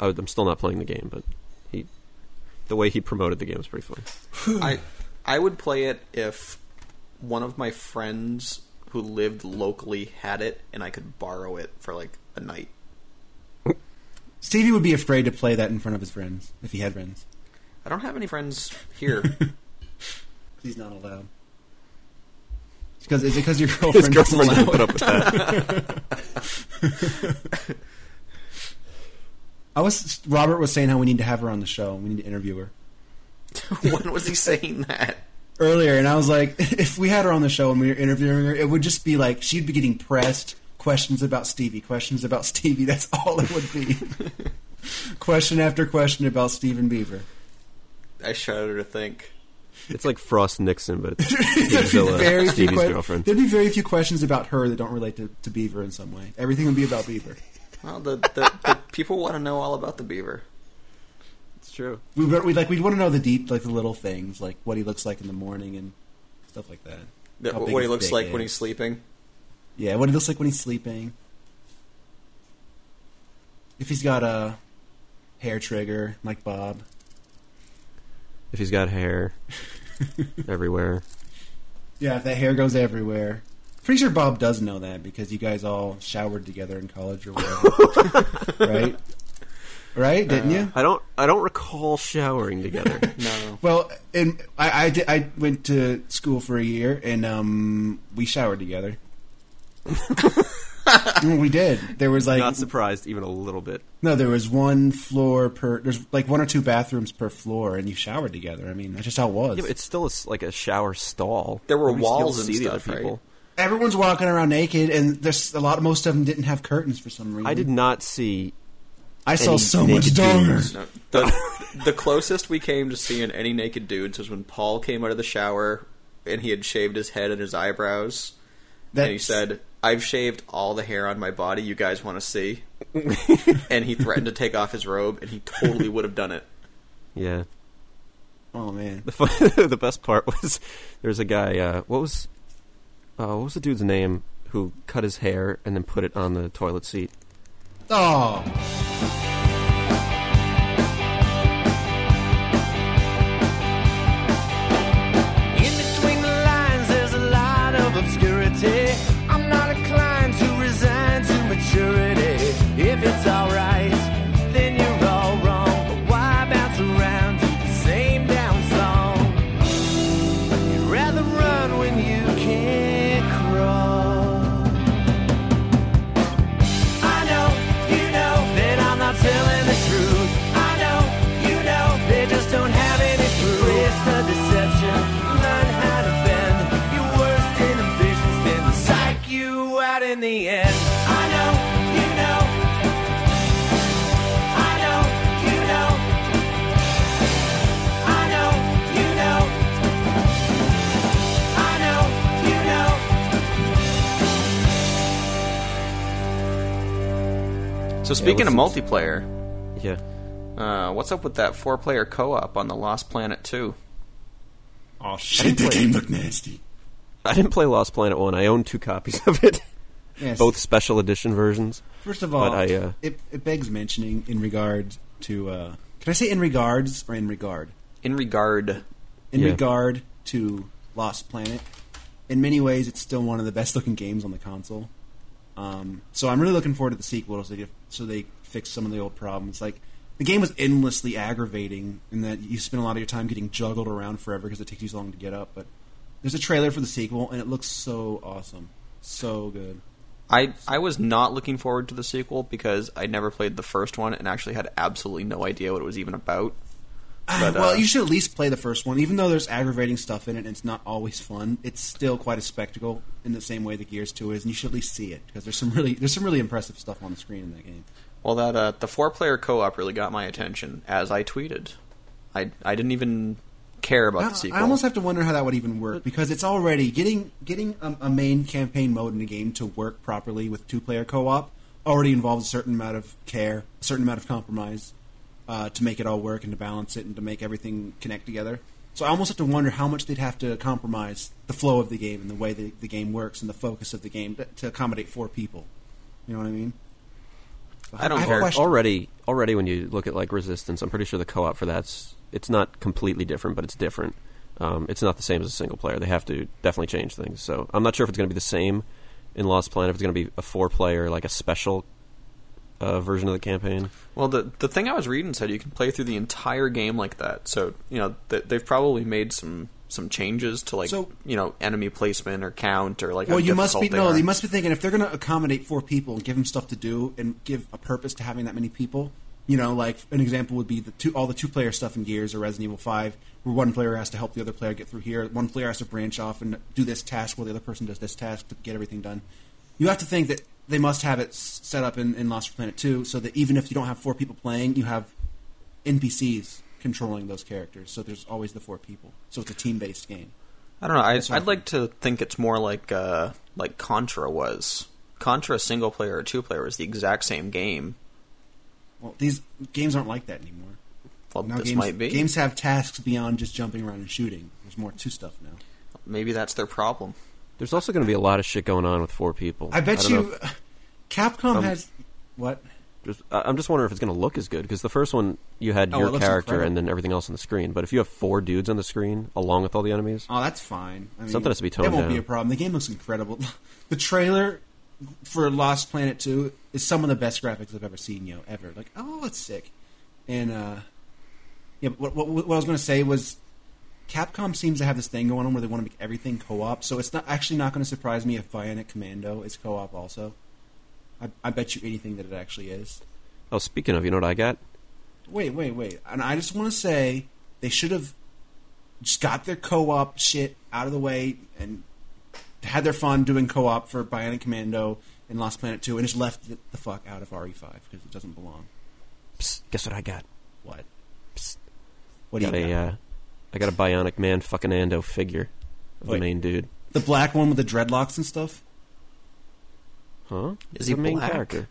Speaker 1: I, would- I'm still not playing the game, but he, the way he promoted the game was pretty funny.
Speaker 2: I I would play it if one of my friends who lived locally had it and I could borrow it for like a night.
Speaker 3: Stevie would be afraid to play that in front of his friends if he had friends.
Speaker 2: I don't have any friends here.
Speaker 3: (laughs)
Speaker 2: (laughs)
Speaker 3: He's not allowed. It's 'cause- is it because your girlfriend?
Speaker 1: His
Speaker 3: doesn't
Speaker 1: girlfriend
Speaker 3: allow
Speaker 1: didn't
Speaker 3: it?
Speaker 1: put up with that.
Speaker 3: I was. Robert was saying how we need to have her on the show. We need to interview her.
Speaker 2: when was he saying that?
Speaker 3: earlier, and I was like, (laughs) if we had her on the show and we were interviewing her, it would just be like she'd be getting pressed questions about Stevie, questions about Stevie. That's all it
Speaker 1: (laughs)
Speaker 3: would be. question after question about Steven Beaver.
Speaker 2: I shudder to think.
Speaker 1: It's like Frost Nixon, but it's
Speaker 3: There'd be, very
Speaker 1: Godzilla,
Speaker 3: few
Speaker 1: uh, Stevie's
Speaker 3: que-
Speaker 1: girlfriend.
Speaker 3: there'd be very few questions about her that don't relate to, to Beaver in some way. Everything would be about Beaver.
Speaker 2: Well, the, the, the people want to know all about the beaver.
Speaker 1: It's true.
Speaker 3: We would we'd like we'd want to know the deep like the little things like what he looks like in the morning and stuff like that.
Speaker 2: The,
Speaker 3: How big
Speaker 2: what he
Speaker 3: his
Speaker 2: looks
Speaker 3: dick
Speaker 2: like when
Speaker 3: is.
Speaker 2: he's sleeping.
Speaker 3: Yeah, what he looks like when he's sleeping. If he's got a hair trigger like Bob.
Speaker 1: If he's got hair everywhere.
Speaker 3: Yeah, if that hair goes everywhere. Pretty sure Bob does know that because you guys all showered together in college or whatever.
Speaker 1: (laughs)
Speaker 3: right? Right? Didn't you?
Speaker 1: I don't. I don't recall showering together.
Speaker 2: No.
Speaker 3: Well, and I I, did, I
Speaker 1: (laughs)
Speaker 3: went to school for a year and um we showered together. we did. There was like
Speaker 1: Not surprised even a little bit.
Speaker 3: no, there was one floor per. There's like one or two bathrooms per floor, and you showered together. I mean, that's just how it was.
Speaker 1: Yeah, but it's still a s like a shower stall.
Speaker 2: There were
Speaker 1: You can still
Speaker 2: walls and
Speaker 1: see the other
Speaker 2: stuff, right?
Speaker 1: people.
Speaker 3: Everyone's walking around naked, and there's a lot. Most of them didn't have curtains for some reason.
Speaker 1: I did not see.
Speaker 3: I saw
Speaker 1: any
Speaker 3: so much
Speaker 1: naked
Speaker 3: donger.
Speaker 1: dudes.
Speaker 2: No, the, the closest we came to seeing any naked dudes was when Paul came out of the shower and he had shaved his head and his eyebrows.
Speaker 3: That
Speaker 2: And he said, I've shaved all the hair on my body you guys want to (laughs) see. and he threatened to take off his robe, and he totally would have done it.
Speaker 1: Yeah. (laughs)
Speaker 3: "Oh man,
Speaker 1: The fun, the best part was there was a guy. Uh, what was uh, what was the dude's name who cut his hair and then put it on the toilet seat?
Speaker 3: oh,
Speaker 5: In between the lines, there's a lot of obscurity. I'm not inclined to resign to maturity. If it's alright, then you're all wrong. But why bounce around to the same down song? You'd rather run when you can't crawl. I know, you know that I'm not telling the truth. I know, you know they just don't have any proof. It's the deception. Learn how to bend your worst inhibitions, then they'll psych you out in the end. I know, you know. I know, you know. I know, you know. I know, you know.
Speaker 2: So, speaking of
Speaker 1: what's-
Speaker 2: multiplayer,
Speaker 1: Yeah.
Speaker 2: uh, what's up with that four player co op on the Lost Planet 2?
Speaker 3: oh shit, that game looked nasty."
Speaker 1: I didn't play Lost Planet One. I own two copies of it, (laughs)
Speaker 3: Yes.
Speaker 1: both special edition versions.
Speaker 3: First of all,
Speaker 1: But I, uh,
Speaker 3: it, it begs mentioning in regard to. Uh, can I say in regards or in regard?
Speaker 2: In regard.
Speaker 3: In
Speaker 1: Yeah.
Speaker 3: regard to Lost Planet, in many ways, it's still one of the best looking games on the console. Um, so I'm really looking forward to the sequel so they, so they fix some of the old problems. Like the game was endlessly aggravating in that you spend a lot of your time getting juggled around forever because it takes you so long to get up. But there's a trailer for the sequel and it looks so awesome, so good.
Speaker 2: I, I was not looking forward to the sequel because I never played the first one and actually had absolutely no idea what it was even about.
Speaker 3: (sighs)
Speaker 2: But,
Speaker 3: well,
Speaker 2: uh,
Speaker 3: you should at least play the first one, even though there's aggravating stuff in it and it's not always fun. It's still quite a spectacle in the same way the Gears Two is, and you should at least see it because there's some really there's some really impressive stuff on the screen in that game.
Speaker 2: Well, that uh, the four-player co-op really got my attention as I tweeted. I I didn't even care about the
Speaker 3: I,
Speaker 2: sequel.
Speaker 3: I almost have to wonder how that would even work because it's already getting getting a, a main campaign mode in a game to work properly with two player co op already involves a certain amount of care, a certain amount of compromise uh, to make it all work and to balance it and to make everything connect together. So I almost have to wonder how much they'd have to compromise the flow of the game and the way the, the game works and the focus of the game to, to accommodate four people. You know what I mean?
Speaker 2: I don't
Speaker 3: have a
Speaker 2: care.
Speaker 3: question.
Speaker 1: Already, already, when you look at like Resistance, I'm pretty sure the co-op for that's it's not completely different, but it's different. Um, it's not the same as a single player. They have to definitely change things. So I'm not sure if it's going to be the same in Lost Planet. If it's going to be a four-player, like a special uh, version of the campaign.
Speaker 2: well, the the thing I was reading said you can play through the entire game like that. So you know th- they've probably made some some changes to like
Speaker 3: So-
Speaker 2: you know enemy placement or count or like. how
Speaker 3: Well, you must be
Speaker 2: difficult they
Speaker 3: no.
Speaker 2: are.
Speaker 3: You must be thinking if they're going to accommodate four people and give them stuff to do and give a purpose to having that many people. You know, like an example would be the two, all the two-player stuff in Gears or Resident Evil Five, where one player has to help the other player get through here, one player has to branch off and do this task while the other person does this task to get everything done. You have to think that they must have it s- set up in, in Lost Planet Two, so that even if you don't have four people playing, you have NPCs controlling those characters. So there's always the four people. So it's a team-based game.
Speaker 2: I don't know. I,
Speaker 3: what I
Speaker 2: I'd like to think it's more like uh, like Contra was. Contra single player or two player was the exact same game.
Speaker 3: Well, these games aren't like that anymore.
Speaker 2: Well,
Speaker 3: Now
Speaker 2: this
Speaker 3: games,
Speaker 2: might be.
Speaker 3: games have tasks beyond just jumping around and shooting. There's more to stuff now.
Speaker 2: Maybe that's their problem.
Speaker 1: There's also going to be a lot of shit going on with four people.
Speaker 3: I bet
Speaker 1: don't know
Speaker 3: you, Capcom
Speaker 1: Um,
Speaker 3: has what?
Speaker 1: Just, I- I'm just wondering if it's going to look as good because the first one you had
Speaker 3: Oh, it
Speaker 1: your
Speaker 3: looks
Speaker 1: character
Speaker 3: incredible.
Speaker 1: and then everything else on the screen, but if you have four dudes on the screen along with all the enemies,
Speaker 3: Oh, that's fine. I mean,
Speaker 1: Something has to be
Speaker 3: That
Speaker 1: toned
Speaker 3: won't
Speaker 1: down.
Speaker 3: be a problem. The game looks incredible. (laughs) the trailer for Lost Planet Two is some of the best graphics I've ever seen. Yo, ever like, oh, that's sick. And uh, yeah, but what, what, what I was going to say was, Capcom seems to have this thing going on where they want to make everything co-op. So it's not actually not going to surprise me if Bionic Commando is co-op also. I, I bet you anything that it actually is.
Speaker 1: Oh, speaking of, you know what I got?
Speaker 3: Wait, wait, wait. And I just want to say they should have just got their co-op shit out of the way and had their fun doing co-op for Bionic Commando and Lost Planet 2 and just left it the fuck out of RE5 because it doesn't belong.
Speaker 1: Psst, guess what I got?
Speaker 3: What?
Speaker 1: Psst.
Speaker 3: What do
Speaker 1: Got
Speaker 3: you
Speaker 1: a,
Speaker 3: got?
Speaker 1: uh, I got a Bionic Man fucking Ando figure of the
Speaker 3: Wait.
Speaker 1: main dude.
Speaker 3: the black one with the dreadlocks and stuff?
Speaker 1: Huh?
Speaker 2: Is
Speaker 1: the
Speaker 2: he
Speaker 1: main
Speaker 2: black?
Speaker 1: character?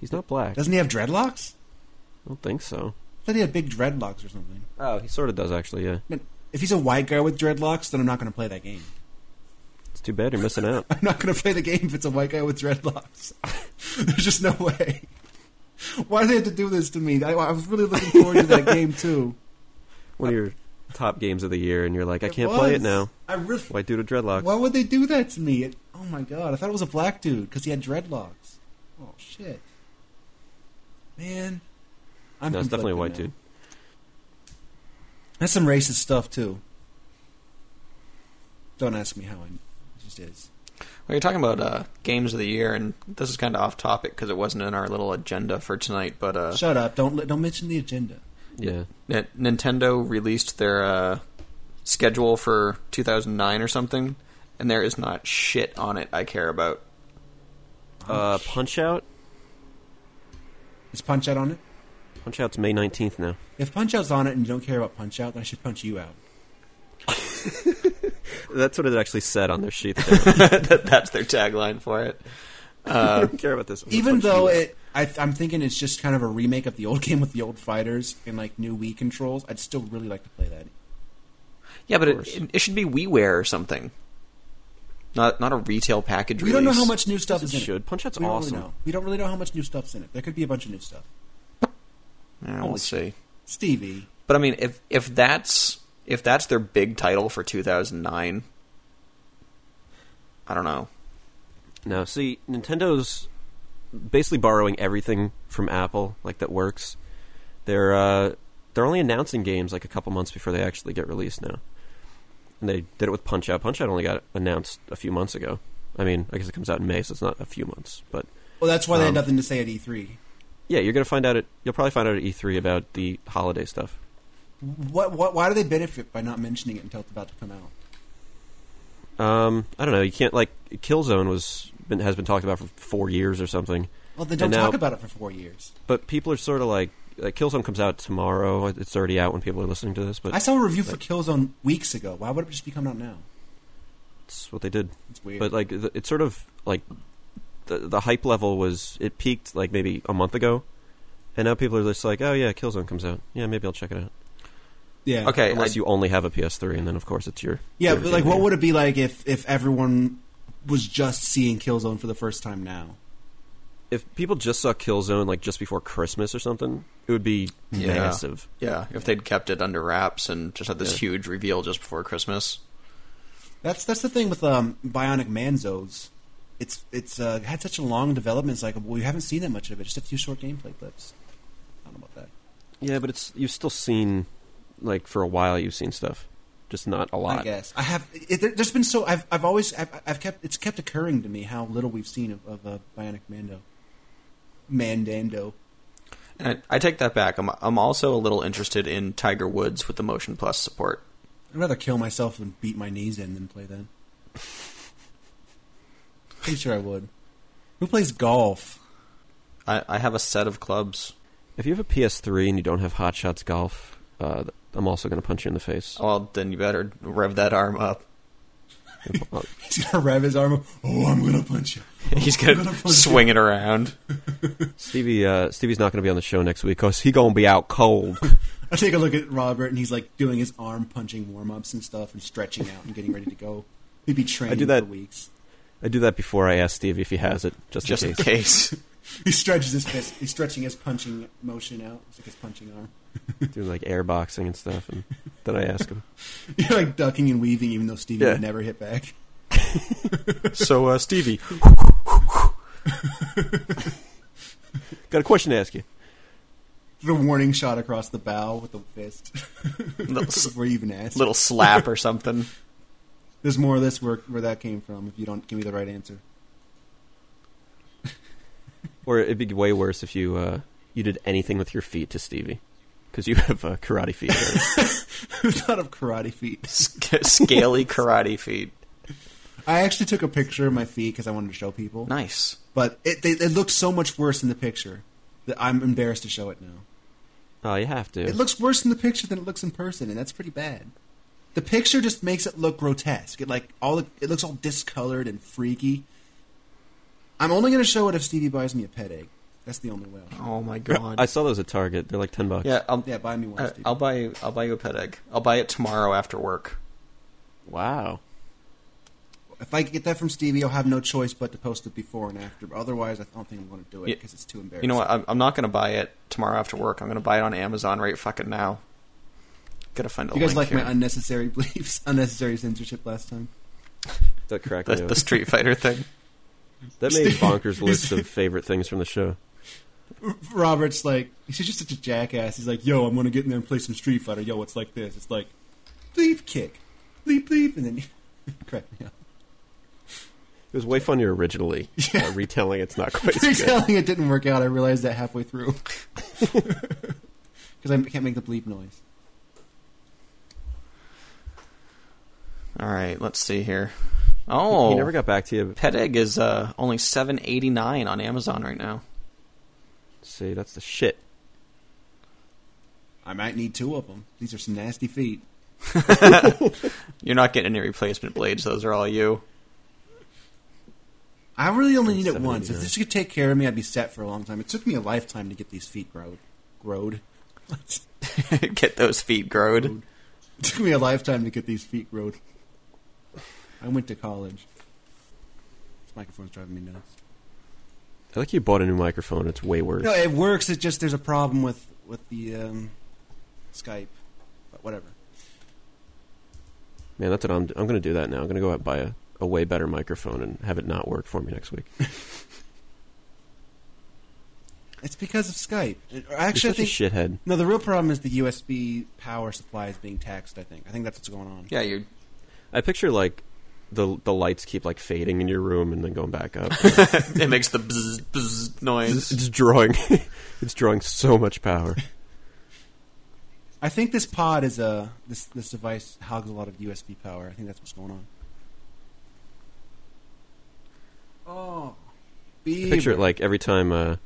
Speaker 1: He's not black.
Speaker 3: Doesn't he have dreadlocks?
Speaker 1: I don't think so.
Speaker 3: I thought he had big dreadlocks or something.
Speaker 1: Oh, he sort of does actually. Yeah.
Speaker 3: Man, if he's a white guy with dreadlocks, then I'm not going to play that game.
Speaker 1: It's too bad you're missing out.
Speaker 3: I'm not going to play the game if it's a white guy with dreadlocks. (laughs) There's just no way. Why do they have to do this to me? I, I was really looking forward to that game too.
Speaker 1: One of your top games of the year, and you're like, I can't play it
Speaker 3: was.
Speaker 1: now.
Speaker 3: I really.
Speaker 1: White dude with dreadlocks.
Speaker 3: Why would they do that to me? It, oh my god! I thought it was a black dude because he had dreadlocks. Oh shit, man! I'm
Speaker 1: No, it's definitely a
Speaker 3: conflicted
Speaker 1: white
Speaker 3: now.
Speaker 1: dude.
Speaker 3: That's some racist stuff too. Don't ask me how I. It just is.
Speaker 2: Well, you're talking about uh, games of the year, and this is kind of off topic because it wasn't in our little agenda for tonight. But uh,
Speaker 3: Shut up! Don't li- don't mention the agenda.
Speaker 1: Yeah.
Speaker 2: N- Nintendo released their uh, schedule for 2009 or something, and there is not shit on it I care about. (laughs)
Speaker 1: Uh, Punch Out.
Speaker 3: Is Punch Out on it?
Speaker 1: Punch Out's May 19th now.
Speaker 3: If Punch Out's on it and you don't care about Punch Out, then I should punch you out.
Speaker 1: That's what it actually said on their (laughs) sheet. They
Speaker 2: That- That's their tagline for it.
Speaker 1: don't care about this. I'm gonna
Speaker 3: Even
Speaker 1: punch
Speaker 3: though
Speaker 1: you.
Speaker 3: it, I, I'm thinking it's just kind of a remake of the old (laughs) game with the old fighters and like new Wii controls. I'd still really like to play that.
Speaker 2: Yeah, but
Speaker 1: course.
Speaker 2: it, it, it should be WiiWare or something. Not not a retail package.
Speaker 3: We don't know
Speaker 2: release.
Speaker 3: how much new stuff
Speaker 1: Yes,
Speaker 3: is
Speaker 1: it
Speaker 3: in
Speaker 1: should.
Speaker 3: it.
Speaker 1: Punch Out's
Speaker 3: we don't
Speaker 1: awesome.
Speaker 3: Really know. We don't really know how much new stuff's in it. There could be a bunch of new stuff.
Speaker 2: Yeah, we'll see.
Speaker 3: Stevie,
Speaker 2: But I mean, if if that's if that's their big title for 2009, I don't know.
Speaker 1: No, see, Nintendo's basically borrowing everything from Apple, like that works. They're uh, they're only announcing games like a couple months before they actually get released now. And they did it with Punch Out. Punch Out only got announced a few months ago. I mean, I guess it comes out in May, so it's not a few months. But
Speaker 3: well, that's why they had
Speaker 1: Um,
Speaker 3: nothing to say at E E3.
Speaker 1: yeah, you're gonna find out at you'll probably find out at E3 about the holiday stuff.
Speaker 3: What, what? Why do they benefit by not mentioning it until it's about to come out?
Speaker 1: Um, I don't know. You can't like Killzone was been, has been talked about for four years or something.
Speaker 3: Well, they don't
Speaker 1: And now-
Speaker 3: talk about it for four years.
Speaker 1: But people are sort of like, like Killzone comes out tomorrow. It's already out when people are listening to this, but
Speaker 3: I saw a review for Killzone weeks ago. Why would it just be coming out now?
Speaker 1: that's what they did.
Speaker 3: It's weird.
Speaker 1: But like, th- it's sort of like the the hype level was it peaked like maybe a month ago, and now people are just like, oh yeah, Killzone comes out. Yeah, maybe I'll check it out.
Speaker 3: yeah.
Speaker 2: Okay, I,
Speaker 1: Unless you only have a PS3, and then of course it's your
Speaker 3: Yeah,
Speaker 1: your
Speaker 3: but like,
Speaker 1: game.
Speaker 3: what would it be like if if everyone was just seeing Killzone for the first time now?
Speaker 1: if people just saw Killzone like just before Christmas or something? It would be
Speaker 2: Yeah.
Speaker 1: massive.
Speaker 2: yeah, if they'd kept it under wraps and just had this
Speaker 1: Yeah.
Speaker 2: huge reveal just before Christmas.
Speaker 3: That's that's the thing with um, Bionic Manzos. It's it's uh, had such a long development cycle. But we haven't seen that much of it. Just a few short gameplay clips. I don't know about that.
Speaker 1: Yeah, but it's you've still seen like for a while you've seen stuff, just not a lot.
Speaker 3: I guess I have. It, there, there's been so I've I've always I've, I've kept it's kept occurring to me how little we've seen of, of uh, Bionic Mando. Mandando.
Speaker 2: And I, I take that back. I'm I'm also a little interested in Tiger Woods with the Motion Plus support.
Speaker 3: I'd rather kill myself and beat my knees in than play that. Pretty sure I would. Who plays golf? (laughs)
Speaker 2: I, I have a set of clubs.
Speaker 1: If you have a PS3 and you don't have Hot Shots Golf, uh, th- I'm also going to punch you in the face.
Speaker 2: Well, then you better rev that arm up. (laughs)
Speaker 1: Uh,
Speaker 3: He's gonna rev his arm. up. Oh, I'm gonna punch you.
Speaker 2: He's gonna,
Speaker 3: gonna punch
Speaker 2: swing it around.
Speaker 1: Stevie, uh, Stevie's not going to be on the show next week because he going to be out cold.
Speaker 3: I take a look at Robert, and he's like doing his arm punching warm ups and stuff, and stretching out and getting ready to go. He'd be training
Speaker 1: that-
Speaker 3: for weeks.
Speaker 1: I do that before I ask Stevie if he has it, just, (laughs)
Speaker 2: Just
Speaker 1: in
Speaker 2: in
Speaker 1: case.
Speaker 2: case.
Speaker 3: He stretches his fist. He's stretching his punching motion out. It's like his punching arm. (laughs)
Speaker 1: Doing like air boxing and stuff, and then I ask him.
Speaker 3: You're like ducking and weaving, even though Stevie
Speaker 1: Yeah.
Speaker 3: would never hit back.
Speaker 2: (laughs) so,
Speaker 1: (laughs)
Speaker 2: uh, Stevie,
Speaker 1: Got a question to ask you.
Speaker 3: The warning shot across the bow with the fist (laughs)
Speaker 2: little, s-
Speaker 3: before you even ask.
Speaker 2: little slap or something.
Speaker 3: There's more of this where where that came from. If you don't give me the right answer,
Speaker 1: Or it'd be way worse if you uh, you did anything with your feet to Stevie, because you have uh, karate
Speaker 2: (laughs)
Speaker 1: feet. Right?
Speaker 3: (laughs) Who thought of karate feet?
Speaker 2: Sc- Scaly karate feet.
Speaker 3: I actually took a picture of my feet because I wanted to show people,
Speaker 2: Nice.
Speaker 3: but it, they, it looked so much worse in the picture that I'm embarrassed to show it now.
Speaker 1: oh, you have to.
Speaker 3: It looks worse in the picture than it looks in person, and that's pretty bad. The picture just makes it look grotesque. It like all the, it looks all discolored and freaky. I'm only going to show it if Stevie buys me a pet egg. That's the only way. I'll
Speaker 2: Oh my god.
Speaker 1: I saw those at Target. They're like ten bucks.
Speaker 2: yeah, I'll,
Speaker 3: yeah, buy me one.
Speaker 2: I,
Speaker 3: Stevie.
Speaker 2: I'll buy you. I'll buy you a pet egg. I'll buy it tomorrow after work.
Speaker 1: Wow.
Speaker 3: if I could get that from Stevie, I'll have no choice but to post it before and after. But otherwise, I don't think I'm going to do it
Speaker 2: Yeah.
Speaker 3: because it's too embarrassing.
Speaker 2: You know what? I'm, I'm not going to buy it tomorrow after work. I'm going to buy it on Amazon right fucking now. Gotta find a
Speaker 3: You guys like
Speaker 2: link
Speaker 3: my
Speaker 2: here.
Speaker 3: unnecessary (laughs) beliefs, unnecessary censorship last time?
Speaker 1: That cracked
Speaker 2: the,
Speaker 1: me up.
Speaker 2: the Street Fighter thing.
Speaker 1: That made
Speaker 2: (laughs)
Speaker 1: bonkers list of favorite things from the show.
Speaker 3: Robert's like, he's just such a jackass. He's like, yo, I'm going to get in there and play some Street Fighter. Yo, it's like this. It's like, leap kick, leap, leap. And (laughs) then, correct me up.
Speaker 1: It was way funnier originally.
Speaker 3: (laughs)
Speaker 1: Uh, retelling it's not quite as good.
Speaker 3: Retelling it didn't work out. I realized that halfway through. (laughs) Because I can't make the bleep noise.
Speaker 2: All right, let's see here. Oh,
Speaker 1: He never got back to you. But
Speaker 2: pet egg is uh, only seven eighty nine on Amazon right now.
Speaker 1: see, that's the shit.
Speaker 3: I might need two of them. These are some nasty feet.
Speaker 2: You're not getting any replacement blades. Those are all you. (laughs)
Speaker 3: I really only need it
Speaker 1: Seven,
Speaker 3: once.
Speaker 1: eight,
Speaker 3: If
Speaker 1: nine.
Speaker 3: this could take care of me, I'd be set for a long time. It took me a lifetime to get these feet growed. Growed. (laughs) it
Speaker 2: Get those feet growed.
Speaker 3: took me a lifetime to get these feet growed. I went to college. This microphone's driving me nuts.
Speaker 1: I like you bought a new microphone. It's way worse.
Speaker 3: No, it works. It's just there's a problem with with the um, Skype, but whatever.
Speaker 1: Man, that's what I'm. I'm going to do that now. I'm going to go out and buy a, a way better microphone and have it not work for me next week.
Speaker 3: It's because of Skype. It- or
Speaker 1: You're
Speaker 3: Actually, I
Speaker 1: such a
Speaker 3: think
Speaker 1: shithead.
Speaker 3: no. The real problem is the USB power supply is being taxed. I think. I think that's what's going on.
Speaker 2: Yeah, you're
Speaker 1: I picture like the the lights keep like fading in your room and then going back up.
Speaker 2: (laughs) it makes the bzz, bzz
Speaker 1: it's,
Speaker 2: noise.
Speaker 1: it's drawing. (laughs) it's drawing so much power.
Speaker 3: I think this pod is a this this device hogs a lot of USB power. I think that's what's going on. Oh,
Speaker 1: I picture it like every time uh,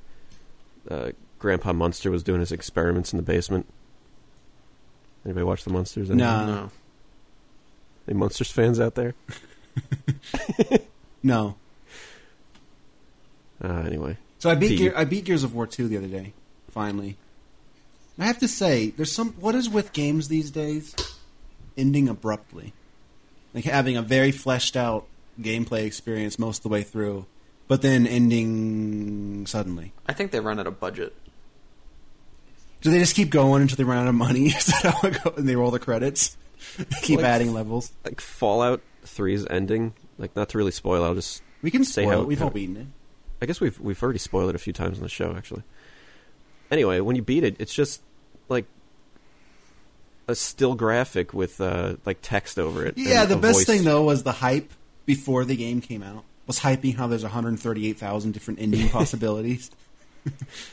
Speaker 1: uh, Grandpa Munster was doing his experiments in the basement. Anybody watch the Munsters? Anyone?
Speaker 3: Nah.
Speaker 2: no,
Speaker 1: Any Munsters fans out there?
Speaker 3: no.
Speaker 1: Uh, anyway,
Speaker 3: So I beat
Speaker 1: Pete.
Speaker 3: Gear, I beat Gears of War two the other day. Finally, And I have to say, there's some. What is with games these days? Ending abruptly, like having a very fleshed out gameplay experience most of the way through, but then ending suddenly.
Speaker 2: I think they run out of budget.
Speaker 3: Do they just keep going until they run out of money? (laughs) Is that how it goes? And they roll the credits. (laughs) They keep
Speaker 1: Like-
Speaker 3: adding levels.
Speaker 1: like Fallout 3's ending. Like not to really spoil, I'll just.
Speaker 3: We can
Speaker 1: Say
Speaker 3: say
Speaker 1: how-
Speaker 3: it. We've
Speaker 1: how-
Speaker 3: all beaten it.
Speaker 1: I guess we've we've already spoiled it a few times on the show, actually. Anyway, when you beat it, it's just like a still graphic with uh, like text over it.
Speaker 3: Yeah,
Speaker 1: and
Speaker 3: the
Speaker 1: a
Speaker 3: best
Speaker 1: voice.
Speaker 3: thing though was the hype before the game came out was hyping how there's 138,000 different
Speaker 1: (laughs)
Speaker 3: ending possibilities.